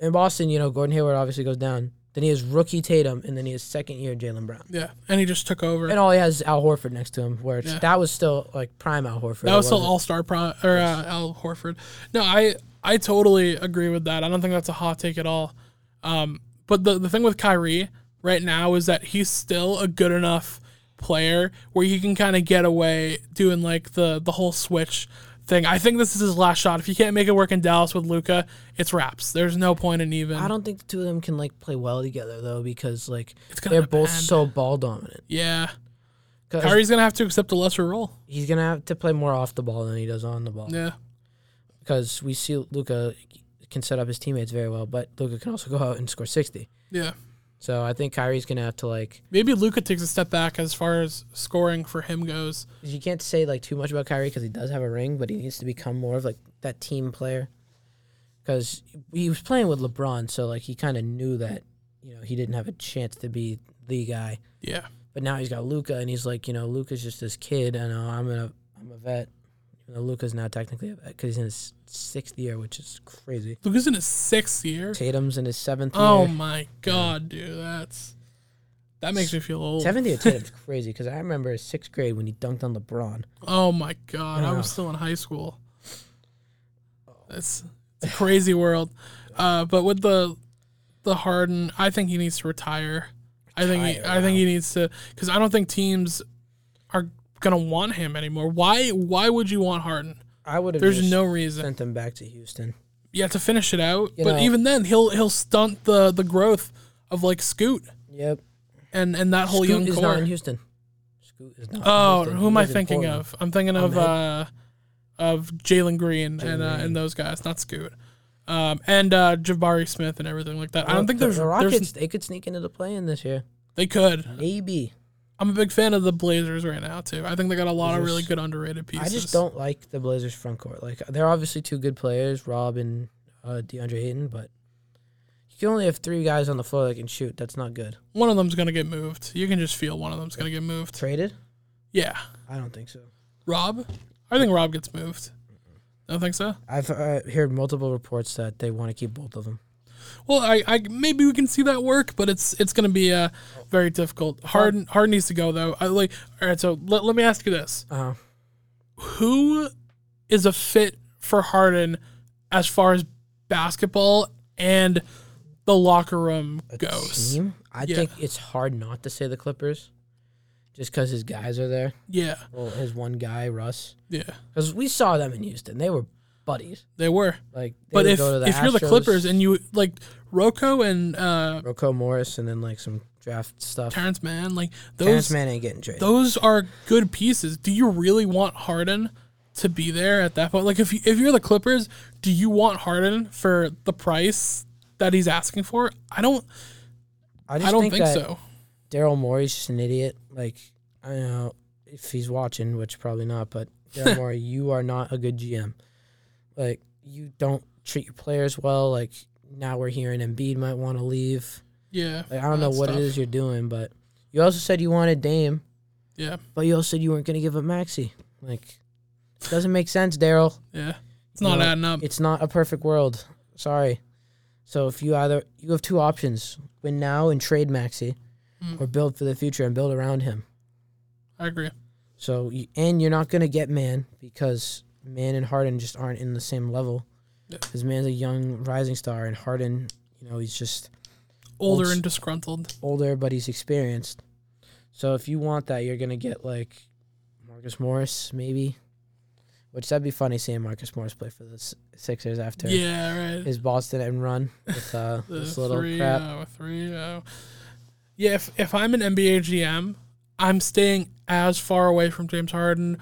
[SPEAKER 3] in Boston, you know, Gordon Hayward obviously goes down. Then he has rookie Tatum, and then he has second year Jalen Brown.
[SPEAKER 2] Yeah, and he just took over.
[SPEAKER 3] And all he has is Al Horford next to him, where it's,
[SPEAKER 2] Yeah.
[SPEAKER 3] that was still like prime Al Horford.
[SPEAKER 2] That was still
[SPEAKER 3] wasn't-
[SPEAKER 2] All Star Pro or uh, Al Horford. No, I I totally agree with that. I don't think that's a hot take at all. Um, but the the thing with Kyrie right now is that he's still a good enough player where he can kind of get away doing like the the whole switch thing. I think this is his last shot. If he can't make it work in Dallas with Luca, it's wraps. There's no point in even.
[SPEAKER 3] I don't think the two of them can like play well together though, because like
[SPEAKER 2] gonna
[SPEAKER 3] they're both
[SPEAKER 2] depend.
[SPEAKER 3] so ball dominant.
[SPEAKER 2] yeah,
[SPEAKER 3] 'Cause
[SPEAKER 2] Kyrie's gonna have to accept a lesser role.
[SPEAKER 3] he's gonna have to play more off the ball than he does on the ball.
[SPEAKER 2] Yeah,
[SPEAKER 3] because we see Luca can set up his teammates very well, but Luca can also go out and score sixty.
[SPEAKER 2] yeah.
[SPEAKER 3] So I think Kyrie's gonna have to like
[SPEAKER 2] Maybe Luca takes a step back as far as scoring for him goes.
[SPEAKER 3] you can't say like too much about Kyrie because he does have a ring, but he needs to become more of like that team player. because he was playing with LeBron, so like he kind of knew that you know he didn't have a chance to be the guy.
[SPEAKER 2] Yeah.
[SPEAKER 3] But now he's got Luca, and he's like, you know, Luca's just this kid, and uh, I'm a I'm a vet. You know, Luca's now technically a vet because he's in his sixth year, which is crazy.
[SPEAKER 2] Luca's in his sixth year.
[SPEAKER 3] Tatum's in his seventh
[SPEAKER 2] Oh
[SPEAKER 3] year.
[SPEAKER 2] my god, dude, that's that makes me feel old.
[SPEAKER 3] Seventh year Tatum's crazy because I remember sixth grade when he dunked on LeBron.
[SPEAKER 2] Oh my god, I
[SPEAKER 3] Yeah.
[SPEAKER 2] was still in high school. That's it's a crazy world. Uh, but with the the Harden, I think he needs to retire. I think he,
[SPEAKER 3] Retire,
[SPEAKER 2] I think he needs to because I don't think teams are gonna want him anymore. Why why would you want Harden?
[SPEAKER 3] I would have
[SPEAKER 2] There's
[SPEAKER 3] just
[SPEAKER 2] no reason.
[SPEAKER 3] sent him back to Houston.
[SPEAKER 2] You have to finish it out.
[SPEAKER 3] You
[SPEAKER 2] but
[SPEAKER 3] know-
[SPEAKER 2] even then, he'll he'll stunt the the growth of like Scoot
[SPEAKER 3] Yep.
[SPEAKER 2] and and that whole
[SPEAKER 3] Scoot
[SPEAKER 2] young
[SPEAKER 3] is
[SPEAKER 2] core.
[SPEAKER 3] not in Houston. Scoot is not. in
[SPEAKER 2] Oh,
[SPEAKER 3] Houston.
[SPEAKER 2] who am
[SPEAKER 3] He
[SPEAKER 2] I
[SPEAKER 3] lives in
[SPEAKER 2] thinking
[SPEAKER 3] Portland.
[SPEAKER 2] of? I'm thinking of uh, of Jalen Green and uh, and those guys, not Scoot, um, and uh, Jabari Smith and everything like that. I don't think
[SPEAKER 3] the,
[SPEAKER 2] there's,
[SPEAKER 3] the Rockets.
[SPEAKER 2] there's
[SPEAKER 3] they could sneak into the play-in this year.
[SPEAKER 2] they could.
[SPEAKER 3] Maybe.
[SPEAKER 2] I'm a big fan of the Blazers right now too. I think they got a lot of really
[SPEAKER 3] Just-
[SPEAKER 2] good underrated pieces.
[SPEAKER 3] I just don't like the Blazers front court. Like they're obviously two good players, Rob and uh, DeAndre Ayton, but you can only have three guys on the floor that can shoot. That's not good.
[SPEAKER 2] One of them's gonna get moved. You can just feel one of them's gonna get moved.
[SPEAKER 3] Traded?
[SPEAKER 2] Yeah,
[SPEAKER 3] I don't think so.
[SPEAKER 2] Rob. I think Rob gets moved. Don't think so.
[SPEAKER 3] I've uh, heard multiple reports that they want to keep both of them.
[SPEAKER 2] Well, I, I maybe we can see that work, but it's it's going to be uh, very difficult. Harden Harden needs to go though. I like all right. So let, let me ask you this:
[SPEAKER 3] Uh,
[SPEAKER 2] Who is a fit for Harden as far as basketball and the locker room
[SPEAKER 3] a
[SPEAKER 2] goes?
[SPEAKER 3] team? I
[SPEAKER 2] Yeah.
[SPEAKER 3] think it's hard not to say the Clippers, just because his guys are there.
[SPEAKER 2] Yeah,
[SPEAKER 3] Well, his one guy, Russ,
[SPEAKER 2] yeah,
[SPEAKER 3] because we saw them in Houston. They were buddies.
[SPEAKER 2] they were.
[SPEAKER 3] Like, they
[SPEAKER 2] But
[SPEAKER 3] would
[SPEAKER 2] if
[SPEAKER 3] go to the
[SPEAKER 2] if you're the
[SPEAKER 3] Astros,
[SPEAKER 2] Clippers and you like Rocco and uh,
[SPEAKER 3] Rocco Morris, and then like some draft stuff.
[SPEAKER 2] Terrence Mann, like
[SPEAKER 3] Terrence
[SPEAKER 2] those
[SPEAKER 3] Man ain't getting traded.
[SPEAKER 2] those are good pieces. Do you really want Harden to be there at that point? Like, if you, if you're the Clippers, do you want Harden for the price that he's asking for? I don't.
[SPEAKER 3] just
[SPEAKER 2] I don't think,
[SPEAKER 3] that
[SPEAKER 2] so.
[SPEAKER 3] Daryl Morey's just an idiot. Like I don't know if he's watching, which probably
[SPEAKER 2] <laughs>
[SPEAKER 3] not, but Daryl Morey, you are not a good GM. Like you don't treat your players well. Like now we're hearing Embiid might want to leave.
[SPEAKER 2] Yeah.
[SPEAKER 3] Like I don't know
[SPEAKER 2] that's
[SPEAKER 3] what
[SPEAKER 2] tough.
[SPEAKER 3] it is you're doing, but you also said you wanted Dame,
[SPEAKER 2] Yeah.
[SPEAKER 3] but you also said you weren't going to give up Maxi. Like it doesn't make sense, Daryl.
[SPEAKER 2] Yeah. It's not
[SPEAKER 3] No,
[SPEAKER 2] adding up.
[SPEAKER 3] It's not a perfect world. Sorry. So if you either you have two options, win now and trade Maxi, or build for the future and build around him.
[SPEAKER 2] I agree.
[SPEAKER 3] So y- and you're not gonna get Man because Man and Harden just aren't in the same level.
[SPEAKER 2] Yeah.
[SPEAKER 3] Because Man's a young rising star and Harden, you know, he's just
[SPEAKER 2] Older
[SPEAKER 3] Old-
[SPEAKER 2] and disgruntled.
[SPEAKER 3] older but he's experienced. So if you want that, you're gonna get like Marcus Morris maybe, which that'd be funny seeing Marcus Morris play for the S- Sixers after
[SPEAKER 2] Yeah. Right.
[SPEAKER 3] his Boston and run with uh,
[SPEAKER 2] <laughs> The
[SPEAKER 3] this little
[SPEAKER 2] three,
[SPEAKER 3] crap.
[SPEAKER 2] oh, three, oh. Yeah. If if I'm an NBA GM, I'm staying as far away from James Harden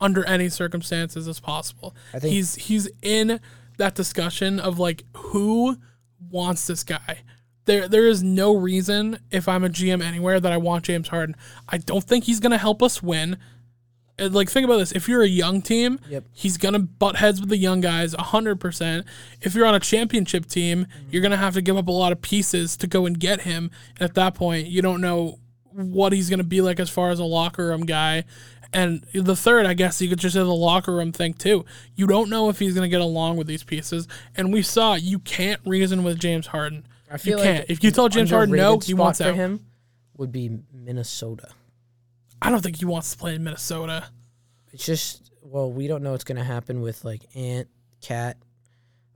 [SPEAKER 2] under any circumstances as possible.
[SPEAKER 3] I think-
[SPEAKER 2] he's he's in that discussion of like who wants this guy. There there is no reason if I'm a GM anywhere that I want James Harden. I don't think he's gonna help us win. And, Like think about this: if you're a young team,
[SPEAKER 3] Yep.
[SPEAKER 2] he's gonna butt heads with the young guys hundred percent. If you're on a championship team,
[SPEAKER 3] Mm-hmm.
[SPEAKER 2] you're gonna have to give up a lot of pieces to go and get him. And at that point, you don't know what he's gonna be like as far as a locker room guy. And the third, I guess you could just say the locker room thing too. You don't know if he's gonna get along with these pieces. And we saw you can't reason with James Harden.
[SPEAKER 3] I feel
[SPEAKER 2] you
[SPEAKER 3] like
[SPEAKER 2] can't. if you tell James Harden no,
[SPEAKER 3] underrated
[SPEAKER 2] he
[SPEAKER 3] spot
[SPEAKER 2] wants
[SPEAKER 3] for
[SPEAKER 2] out.
[SPEAKER 3] him would be Minnesota.
[SPEAKER 2] I don't think he wants to play in Minnesota.
[SPEAKER 3] It's just well, we don't know what's gonna happen with like Ant, Cat.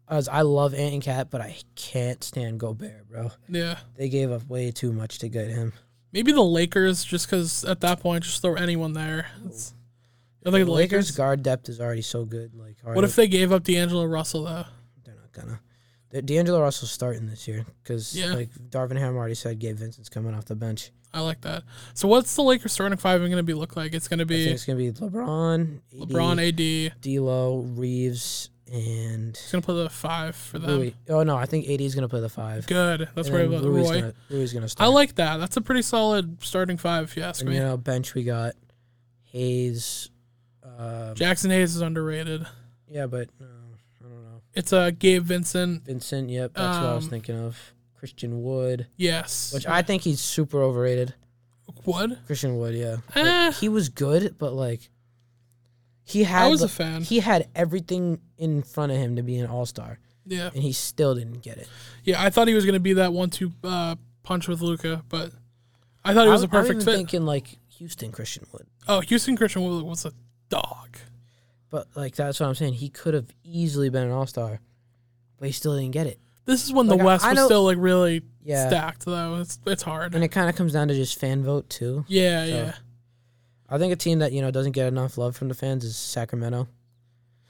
[SPEAKER 3] As I love Ant and Cat, but I can't stand Gobert, bro.
[SPEAKER 2] Yeah.
[SPEAKER 3] They gave up way too much to get him.
[SPEAKER 2] Maybe the Lakers, just because at that point, just throw anyone there. It's, I think the Lakers.
[SPEAKER 3] Lakers guard depth is already so good. Like,
[SPEAKER 2] what if they gave up D'Angelo Russell though?
[SPEAKER 3] they're not gonna? The- D'Angelo Russell's starting this year because
[SPEAKER 2] Yeah.
[SPEAKER 3] like Darvin Ham already said, Gabe Vincent's coming off the bench.
[SPEAKER 2] I like that. So what's the Lakers starting five going to be look like? It's going to
[SPEAKER 3] I think
[SPEAKER 2] be
[SPEAKER 3] it's gonna be LeBron, AD,
[SPEAKER 2] LeBron, AD.
[SPEAKER 3] D'Lo, Reeves, and
[SPEAKER 2] He's going to play the five for them.
[SPEAKER 3] Rui. Oh no, I think AD is gonna play the five.
[SPEAKER 2] Good. That's
[SPEAKER 3] And
[SPEAKER 2] where I
[SPEAKER 3] then
[SPEAKER 2] vote
[SPEAKER 3] Rui's
[SPEAKER 2] Roy.
[SPEAKER 3] Gonna, Rui's gonna
[SPEAKER 2] I
[SPEAKER 3] start.
[SPEAKER 2] like that. That's a pretty solid starting five, if you ask
[SPEAKER 3] and,
[SPEAKER 2] me.
[SPEAKER 3] you know, bench we got Hayes. um, Uh,
[SPEAKER 2] Jackson Hayes is underrated.
[SPEAKER 3] yeah, but uh, I don't know.
[SPEAKER 2] It's uh, Gabe Vincent.
[SPEAKER 3] Vincent, yep, that's what I was
[SPEAKER 2] Um,
[SPEAKER 3] thinking of. Christian Wood,
[SPEAKER 2] Yes.
[SPEAKER 3] which I think he's super overrated.
[SPEAKER 2] Wood?
[SPEAKER 3] Christian Wood, yeah. Like,
[SPEAKER 2] Eh.
[SPEAKER 3] he was good, but like he had
[SPEAKER 2] I was a
[SPEAKER 3] the-
[SPEAKER 2] fan.
[SPEAKER 3] He had everything in front of him to be an all-star
[SPEAKER 2] Yeah.
[SPEAKER 3] and he still didn't get it.
[SPEAKER 2] Yeah, I thought he was going to be that one two uh, punch with Luca, but I thought he was
[SPEAKER 3] I'm-
[SPEAKER 2] a perfect
[SPEAKER 3] I'm even
[SPEAKER 2] fit.
[SPEAKER 3] thinking like Houston Christian Wood.
[SPEAKER 2] oh, Houston Christian Wood was a dog.
[SPEAKER 3] But like that's what I'm saying. He could have easily been an all-star, but he still didn't get it.
[SPEAKER 2] This is when
[SPEAKER 3] Like,
[SPEAKER 2] the
[SPEAKER 3] I-
[SPEAKER 2] West
[SPEAKER 3] I
[SPEAKER 2] was
[SPEAKER 3] know-
[SPEAKER 2] still like really
[SPEAKER 3] Yeah.
[SPEAKER 2] stacked, though. It's it's hard.
[SPEAKER 3] And it kind of comes down to just fan vote too.
[SPEAKER 2] yeah,
[SPEAKER 3] So-
[SPEAKER 2] yeah.
[SPEAKER 3] I think a team that you know doesn't get enough love from the fans is Sacramento.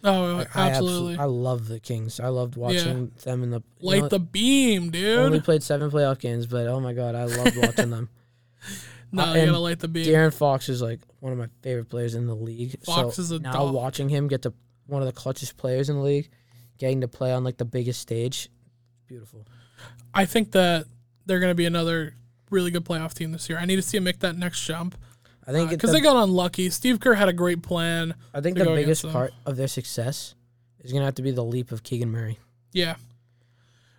[SPEAKER 2] Oh,
[SPEAKER 3] Like, I
[SPEAKER 2] absolutely.
[SPEAKER 3] I love the Kings. I loved watching them in the you
[SPEAKER 2] Light
[SPEAKER 3] know,
[SPEAKER 2] the beam, dude.
[SPEAKER 3] Only played seven playoff games, but oh my god,
[SPEAKER 2] <laughs>
[SPEAKER 3] I loved watching them.
[SPEAKER 2] no,
[SPEAKER 3] uh,
[SPEAKER 2] you
[SPEAKER 3] and
[SPEAKER 2] gotta light the beam.
[SPEAKER 3] Darren Fox is like one of my favorite players in the league.
[SPEAKER 2] Fox
[SPEAKER 3] so
[SPEAKER 2] is a
[SPEAKER 3] now
[SPEAKER 2] dog.
[SPEAKER 3] watching him get to one of the clutchest players in the league, getting to play on like the biggest stage, beautiful.
[SPEAKER 2] I think that they're gonna be another really good playoff team this year. I need to see him make that next jump
[SPEAKER 3] I think it-
[SPEAKER 2] because
[SPEAKER 3] the,
[SPEAKER 2] Uh, they got unlucky. Steve Kerr had a great plan.
[SPEAKER 3] I think
[SPEAKER 2] they
[SPEAKER 3] the
[SPEAKER 2] go against
[SPEAKER 3] biggest
[SPEAKER 2] them.
[SPEAKER 3] part of their success is gonna have to be the leap of Keegan Murray.
[SPEAKER 2] Yeah.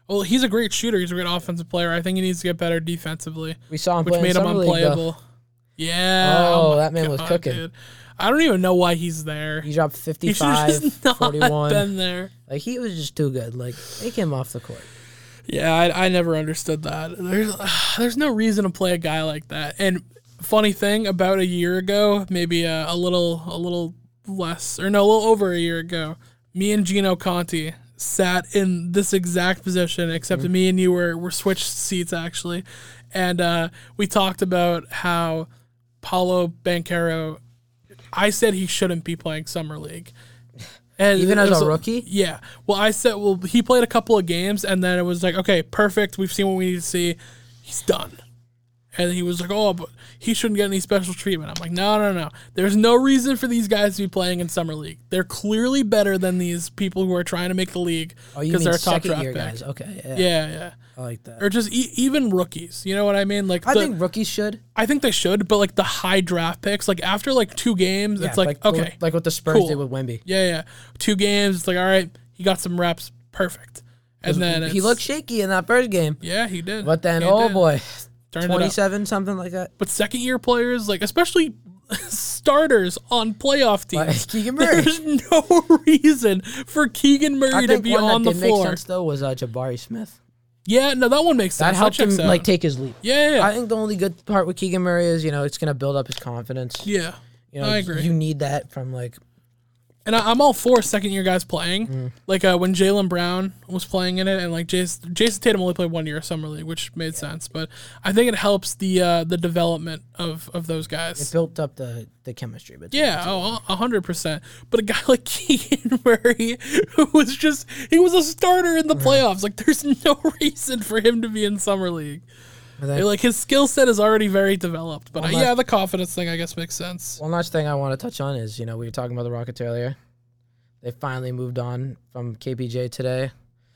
[SPEAKER 2] Well, he's a great shooter. He's a great offensive player. I think he needs to get better defensively,
[SPEAKER 3] We saw him
[SPEAKER 2] which
[SPEAKER 3] play
[SPEAKER 2] made
[SPEAKER 3] in
[SPEAKER 2] him
[SPEAKER 3] summer league, though.
[SPEAKER 2] unplayable. Yeah.
[SPEAKER 3] Oh,
[SPEAKER 2] my
[SPEAKER 3] that man was cooking.
[SPEAKER 2] I don't even know why he's there.
[SPEAKER 3] He dropped
[SPEAKER 2] <laughs> He should have
[SPEAKER 3] 55,
[SPEAKER 2] just <laughs> not
[SPEAKER 3] 41.
[SPEAKER 2] been there.
[SPEAKER 3] Like he was just too good. Like take him off the court.
[SPEAKER 2] Yeah, I, I never understood that. There's <sighs> there's no reason to play a guy like that. And funny thing, about a year ago, maybe a, a little a little less, or no, a little over a year ago, me and Gino Conti sat in this exact position, except
[SPEAKER 3] Mm.
[SPEAKER 2] me and you were were switched seats actually, and uh, we talked about how Paulo Banquero. I said he shouldn't be playing summer league. And
[SPEAKER 3] Even as
[SPEAKER 2] it was
[SPEAKER 3] a rookie?
[SPEAKER 2] yeah. Well, I said, well, he played a couple of games, and then it was like, okay, perfect. We've seen what we need to see. He's done. And he was like, oh, but he shouldn't get any special treatment. I'm like, no, no, no. There's no reason for these guys to be playing in summer league. They're clearly better than these people who are trying to make the league
[SPEAKER 3] Oh, you
[SPEAKER 2] because
[SPEAKER 3] mean
[SPEAKER 2] they're a top
[SPEAKER 3] second
[SPEAKER 2] draft
[SPEAKER 3] year
[SPEAKER 2] pick.
[SPEAKER 3] guys? Okay, yeah,
[SPEAKER 2] Yeah, yeah.
[SPEAKER 3] I like that.
[SPEAKER 2] Or just e- even rookies. You know what I mean? Like,
[SPEAKER 3] I
[SPEAKER 2] the-
[SPEAKER 3] think rookies should.
[SPEAKER 2] I think they should, but like the high draft picks, like after like two games, it's
[SPEAKER 3] Yeah,
[SPEAKER 2] like,
[SPEAKER 3] what-
[SPEAKER 2] okay,
[SPEAKER 3] like what the Spurs
[SPEAKER 2] cool.
[SPEAKER 3] did with Wemby.
[SPEAKER 2] yeah, yeah. Two games, it's like, all right, he got some reps, perfect. And then
[SPEAKER 3] he
[SPEAKER 2] it's-
[SPEAKER 3] looked shaky in that first game,
[SPEAKER 2] yeah, he did.
[SPEAKER 3] but then
[SPEAKER 2] He
[SPEAKER 3] oh
[SPEAKER 2] did.
[SPEAKER 3] boy,
[SPEAKER 2] Turned it up.
[SPEAKER 3] twenty-seven something like that.
[SPEAKER 2] But second year players, like especially <laughs> starters on playoff teams, <laughs>
[SPEAKER 3] Like Keegan Murray.
[SPEAKER 2] there's no <laughs> reason for Keegan
[SPEAKER 3] I
[SPEAKER 2] Murray to
[SPEAKER 3] think
[SPEAKER 2] be
[SPEAKER 3] one
[SPEAKER 2] on
[SPEAKER 3] that
[SPEAKER 2] the
[SPEAKER 3] did
[SPEAKER 2] floor.
[SPEAKER 3] make sense though was uh, Jabari Smith.
[SPEAKER 2] Yeah, no, that one makes
[SPEAKER 3] That
[SPEAKER 2] sense.
[SPEAKER 3] helped him
[SPEAKER 2] checks out.
[SPEAKER 3] like take his leap.
[SPEAKER 2] yeah, yeah,
[SPEAKER 3] I think the only good part with Keegan Murray is you know it's gonna build up his confidence.
[SPEAKER 2] yeah.
[SPEAKER 3] You know,
[SPEAKER 2] I agree.
[SPEAKER 3] You need that from like
[SPEAKER 2] And I, I'm all for second year guys playing. Like uh, when Jalen Brown was playing in it, and like Jason, Jason Tatum only played one year of summer league, which made sense. But I think it helps the uh, the development of of those guys.
[SPEAKER 3] built up the the chemistry. But
[SPEAKER 2] Yeah, oh, a hundred percent. But a guy <laughs> like Keegan Murray, who was just—he was a starter in the playoffs. Like, there's <laughs> no reason for him to be in summer league. Like, his skill set is already very developed. But uh,
[SPEAKER 3] my-
[SPEAKER 2] yeah, the confidence thing, I guess, makes sense.
[SPEAKER 3] One last thing I want to touch on is, you know, we were talking about the Rockets earlier. They finally moved on from KPJ today.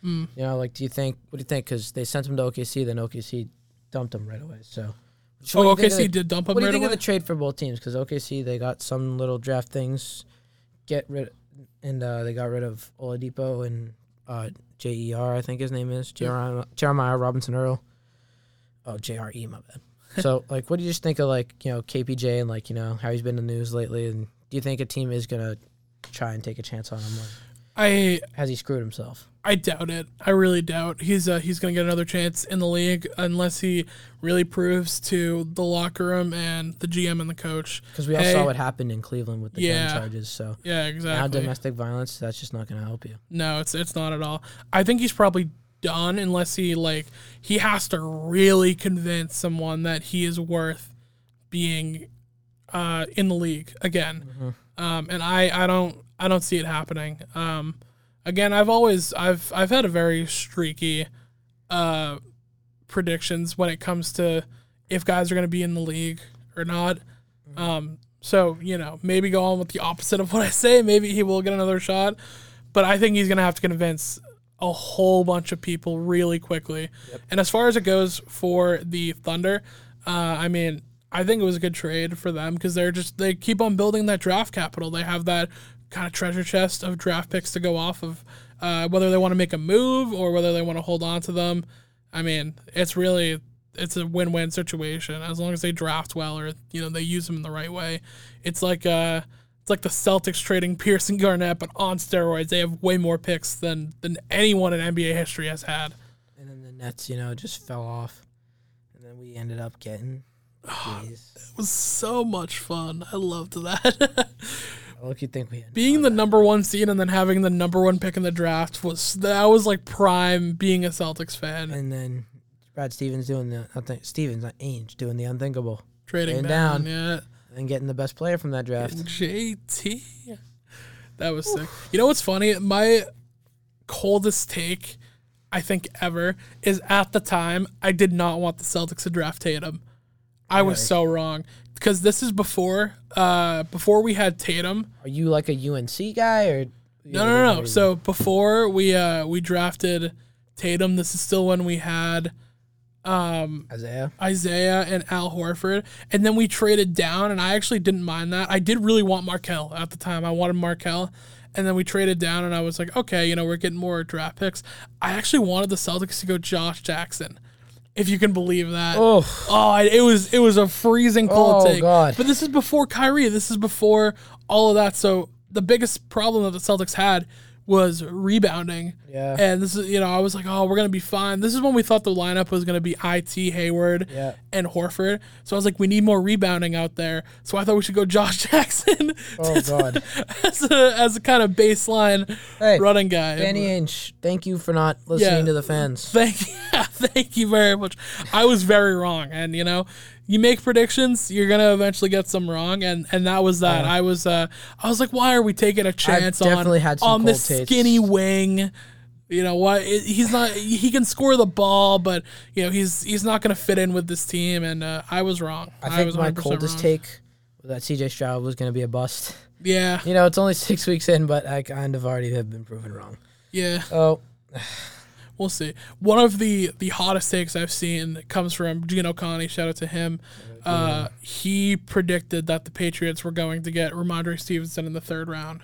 [SPEAKER 2] Mm.
[SPEAKER 3] You know, like, do you think? What do you think? Because they sent him to OKC, then OKC dumped him right away. So, So
[SPEAKER 2] Oh,
[SPEAKER 3] what do you think
[SPEAKER 2] OKC
[SPEAKER 3] of the-
[SPEAKER 2] did dump him
[SPEAKER 3] What do you
[SPEAKER 2] right
[SPEAKER 3] think
[SPEAKER 2] away.
[SPEAKER 3] of the trade for both teams? Because OKC they got some little draft things, get rid, and uh, they got rid of Oladipo and uh, JER, I think his name is Jeremiah, Jeremiah Robinson Earl. Oh, JRE, my bad. so, like, what do you just think of like you know KPJ and like you know how he's been in the news lately? And do you think a team is gonna try and take a chance on him? Or
[SPEAKER 2] I
[SPEAKER 3] has he screwed himself?
[SPEAKER 2] I doubt it. I really doubt he's uh, he's gonna get another chance in the league unless he really proves to the locker room and the GM and the coach.
[SPEAKER 3] Because we all
[SPEAKER 2] Hey.
[SPEAKER 3] saw what happened in Cleveland with the
[SPEAKER 2] Yeah.
[SPEAKER 3] gun charges. So
[SPEAKER 2] Yeah,
[SPEAKER 3] now
[SPEAKER 2] exactly.
[SPEAKER 3] domestic violence, that's just not gonna help you.
[SPEAKER 2] No, it's it's not at all. I think he's probably done unless he like he has to really convince someone that he is worth being uh, in the league again. Um, and I, I don't I don't see it happening. Um, again, I've always I've I've had a very streaky uh, predictions when it comes to if guys are going to be in the league or not. Um, so you know maybe go on with the opposite of what I say. Maybe he will get another shot but I think he's going to have to convince a whole bunch of people really quickly. And as far as it goes for the Thunder, uh, I mean, I think it was a good trade for them because they're just they keep on building that draft capital. They have that kind of treasure chest of draft picks to go off of. uh, whether they want to make a move or whether they want to hold on to them. I mean, it's really it's a win-win situation as long as they draft well or you know they use them in the right way. It's like uh, it's like the Celtics trading Pearson Garnett, but on steroids. They have way more picks than than anyone in NBA history has had.
[SPEAKER 3] And then the Nets, you know, just fell off. And then we ended
[SPEAKER 2] <sighs>
[SPEAKER 3] up getting. Jeez.
[SPEAKER 2] It was so much fun. I loved that. <laughs>
[SPEAKER 3] Look, you think we had
[SPEAKER 2] being the number one seed and then having the number one pick in the draft was that was like prime being a Celtics fan.
[SPEAKER 3] And then Brad Stevens doing the nothing. Stevens, not Ainge, doing the unthinkable
[SPEAKER 2] Trading
[SPEAKER 3] and
[SPEAKER 2] down,
[SPEAKER 3] down.
[SPEAKER 2] yeah.
[SPEAKER 3] and getting the best player from that draft.
[SPEAKER 2] JT. That was sick. You know what's funny? My coldest take, I think, ever is at the time, I did not want the Celtics to draft Tatum. I was so wrong because this is before uh, before we had Tatum.
[SPEAKER 3] Are you like a UNC guy or?
[SPEAKER 2] No, no, no. no. So before we uh, we drafted Tatum, this is still when we had um,
[SPEAKER 3] Isaiah.
[SPEAKER 2] Isaiah and Al Horford, and then we traded down, and I actually didn't mind that. I did really want Markel at the time. I wanted Markel, and then we traded down, and I was like, okay, you know, we're getting more draft picks. I actually wanted the Celtics to go Josh Jackson, if you can believe that.
[SPEAKER 3] Oh,
[SPEAKER 2] Oh, it it was it was a freezing cold
[SPEAKER 3] Oh,
[SPEAKER 2] take.
[SPEAKER 3] God.
[SPEAKER 2] But this is before Kyrie. This is before all of that. So the biggest problem that the Celtics had was rebounding.
[SPEAKER 3] Yeah.
[SPEAKER 2] And this is you know I was like oh we're gonna be fine. This is when we thought the lineup was gonna be it Hayward
[SPEAKER 3] Yeah.
[SPEAKER 2] and Horford. So I was like we need more rebounding out there. So I thought we should go <laughs> Josh Jackson.
[SPEAKER 3] Oh,
[SPEAKER 2] <laughs>
[SPEAKER 3] God.
[SPEAKER 2] as a as a kind of baseline
[SPEAKER 3] Hey,
[SPEAKER 2] running guy.
[SPEAKER 3] Danny Ainge. Thank you for not listening
[SPEAKER 2] Yeah.
[SPEAKER 3] to the fans.
[SPEAKER 2] Thank <laughs> thank you very much. I was very wrong, and you know, you make predictions, you're gonna eventually get some wrong, and and that was that. I was uh, I was like, why are we taking a chance on
[SPEAKER 3] definitely had some
[SPEAKER 2] on this
[SPEAKER 3] cold takes.
[SPEAKER 2] skinny wing? You know why it- he's not? He can score the ball, but you know he's he's not gonna fit in with this team, and uh, I was wrong.
[SPEAKER 3] I think
[SPEAKER 2] was
[SPEAKER 3] my
[SPEAKER 2] 100%
[SPEAKER 3] coldest
[SPEAKER 2] wrong.
[SPEAKER 3] take was that CJ Stroud was going to be a bust.
[SPEAKER 2] Yeah,
[SPEAKER 3] You know, it's only six <laughs> weeks in, but I kind of already have been proven wrong.
[SPEAKER 2] yeah.
[SPEAKER 3] Oh,
[SPEAKER 2] We'll see. One of the the hottest takes I've seen comes from Gino Connie. Shout out to him. Uh, he predicted that the Patriots were going to get Ramondre Stevenson in the third round,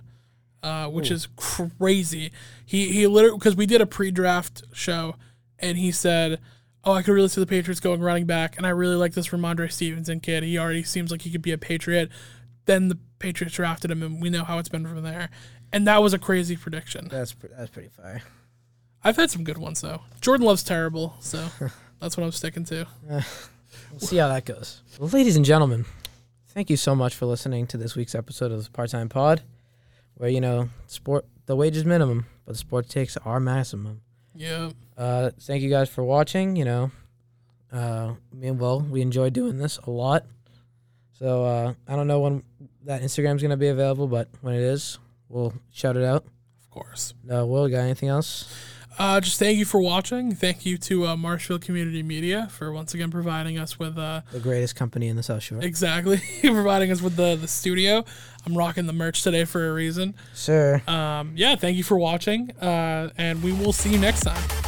[SPEAKER 2] uh, which is crazy. He he literally because we did a pre-draft show, and he said, "Oh, I could really see the Patriots going running back, and I really like this Ramondre Stevenson kid. He already seems like he could be a Patriot." Then the Patriots drafted him, and we know how it's been from there. And that was a crazy prediction.
[SPEAKER 3] that's pre- that's pretty fire.
[SPEAKER 2] I've had some good ones though. Jordan loves terrible, so that's what I'm sticking to.
[SPEAKER 3] We'll see how that goes. Well, ladies and gentlemen, thank you so much for listening to this week's episode of the Part Time Pod, where you know sport the wage is minimum, but sports takes are maximum.
[SPEAKER 2] Yeah,
[SPEAKER 3] Uh, thank you guys for watching. You know, uh, me and Will, we enjoy doing this a lot. So uh, I don't know when that Instagram's gonna be available, but when it is, we'll shout it out.
[SPEAKER 2] of course.
[SPEAKER 3] Uh, Will, got anything else?
[SPEAKER 2] Uh, just thank you for watching. Thank you to uh, Marshfield Community Media for once again providing us with uh, <laughs>
[SPEAKER 3] The greatest company in the South Shore,
[SPEAKER 2] exactly <laughs> providing us with the the studio. I'm rocking the merch today for a reason.
[SPEAKER 3] sir.
[SPEAKER 2] Um, yeah, thank you for watching, uh, and we will see you next time.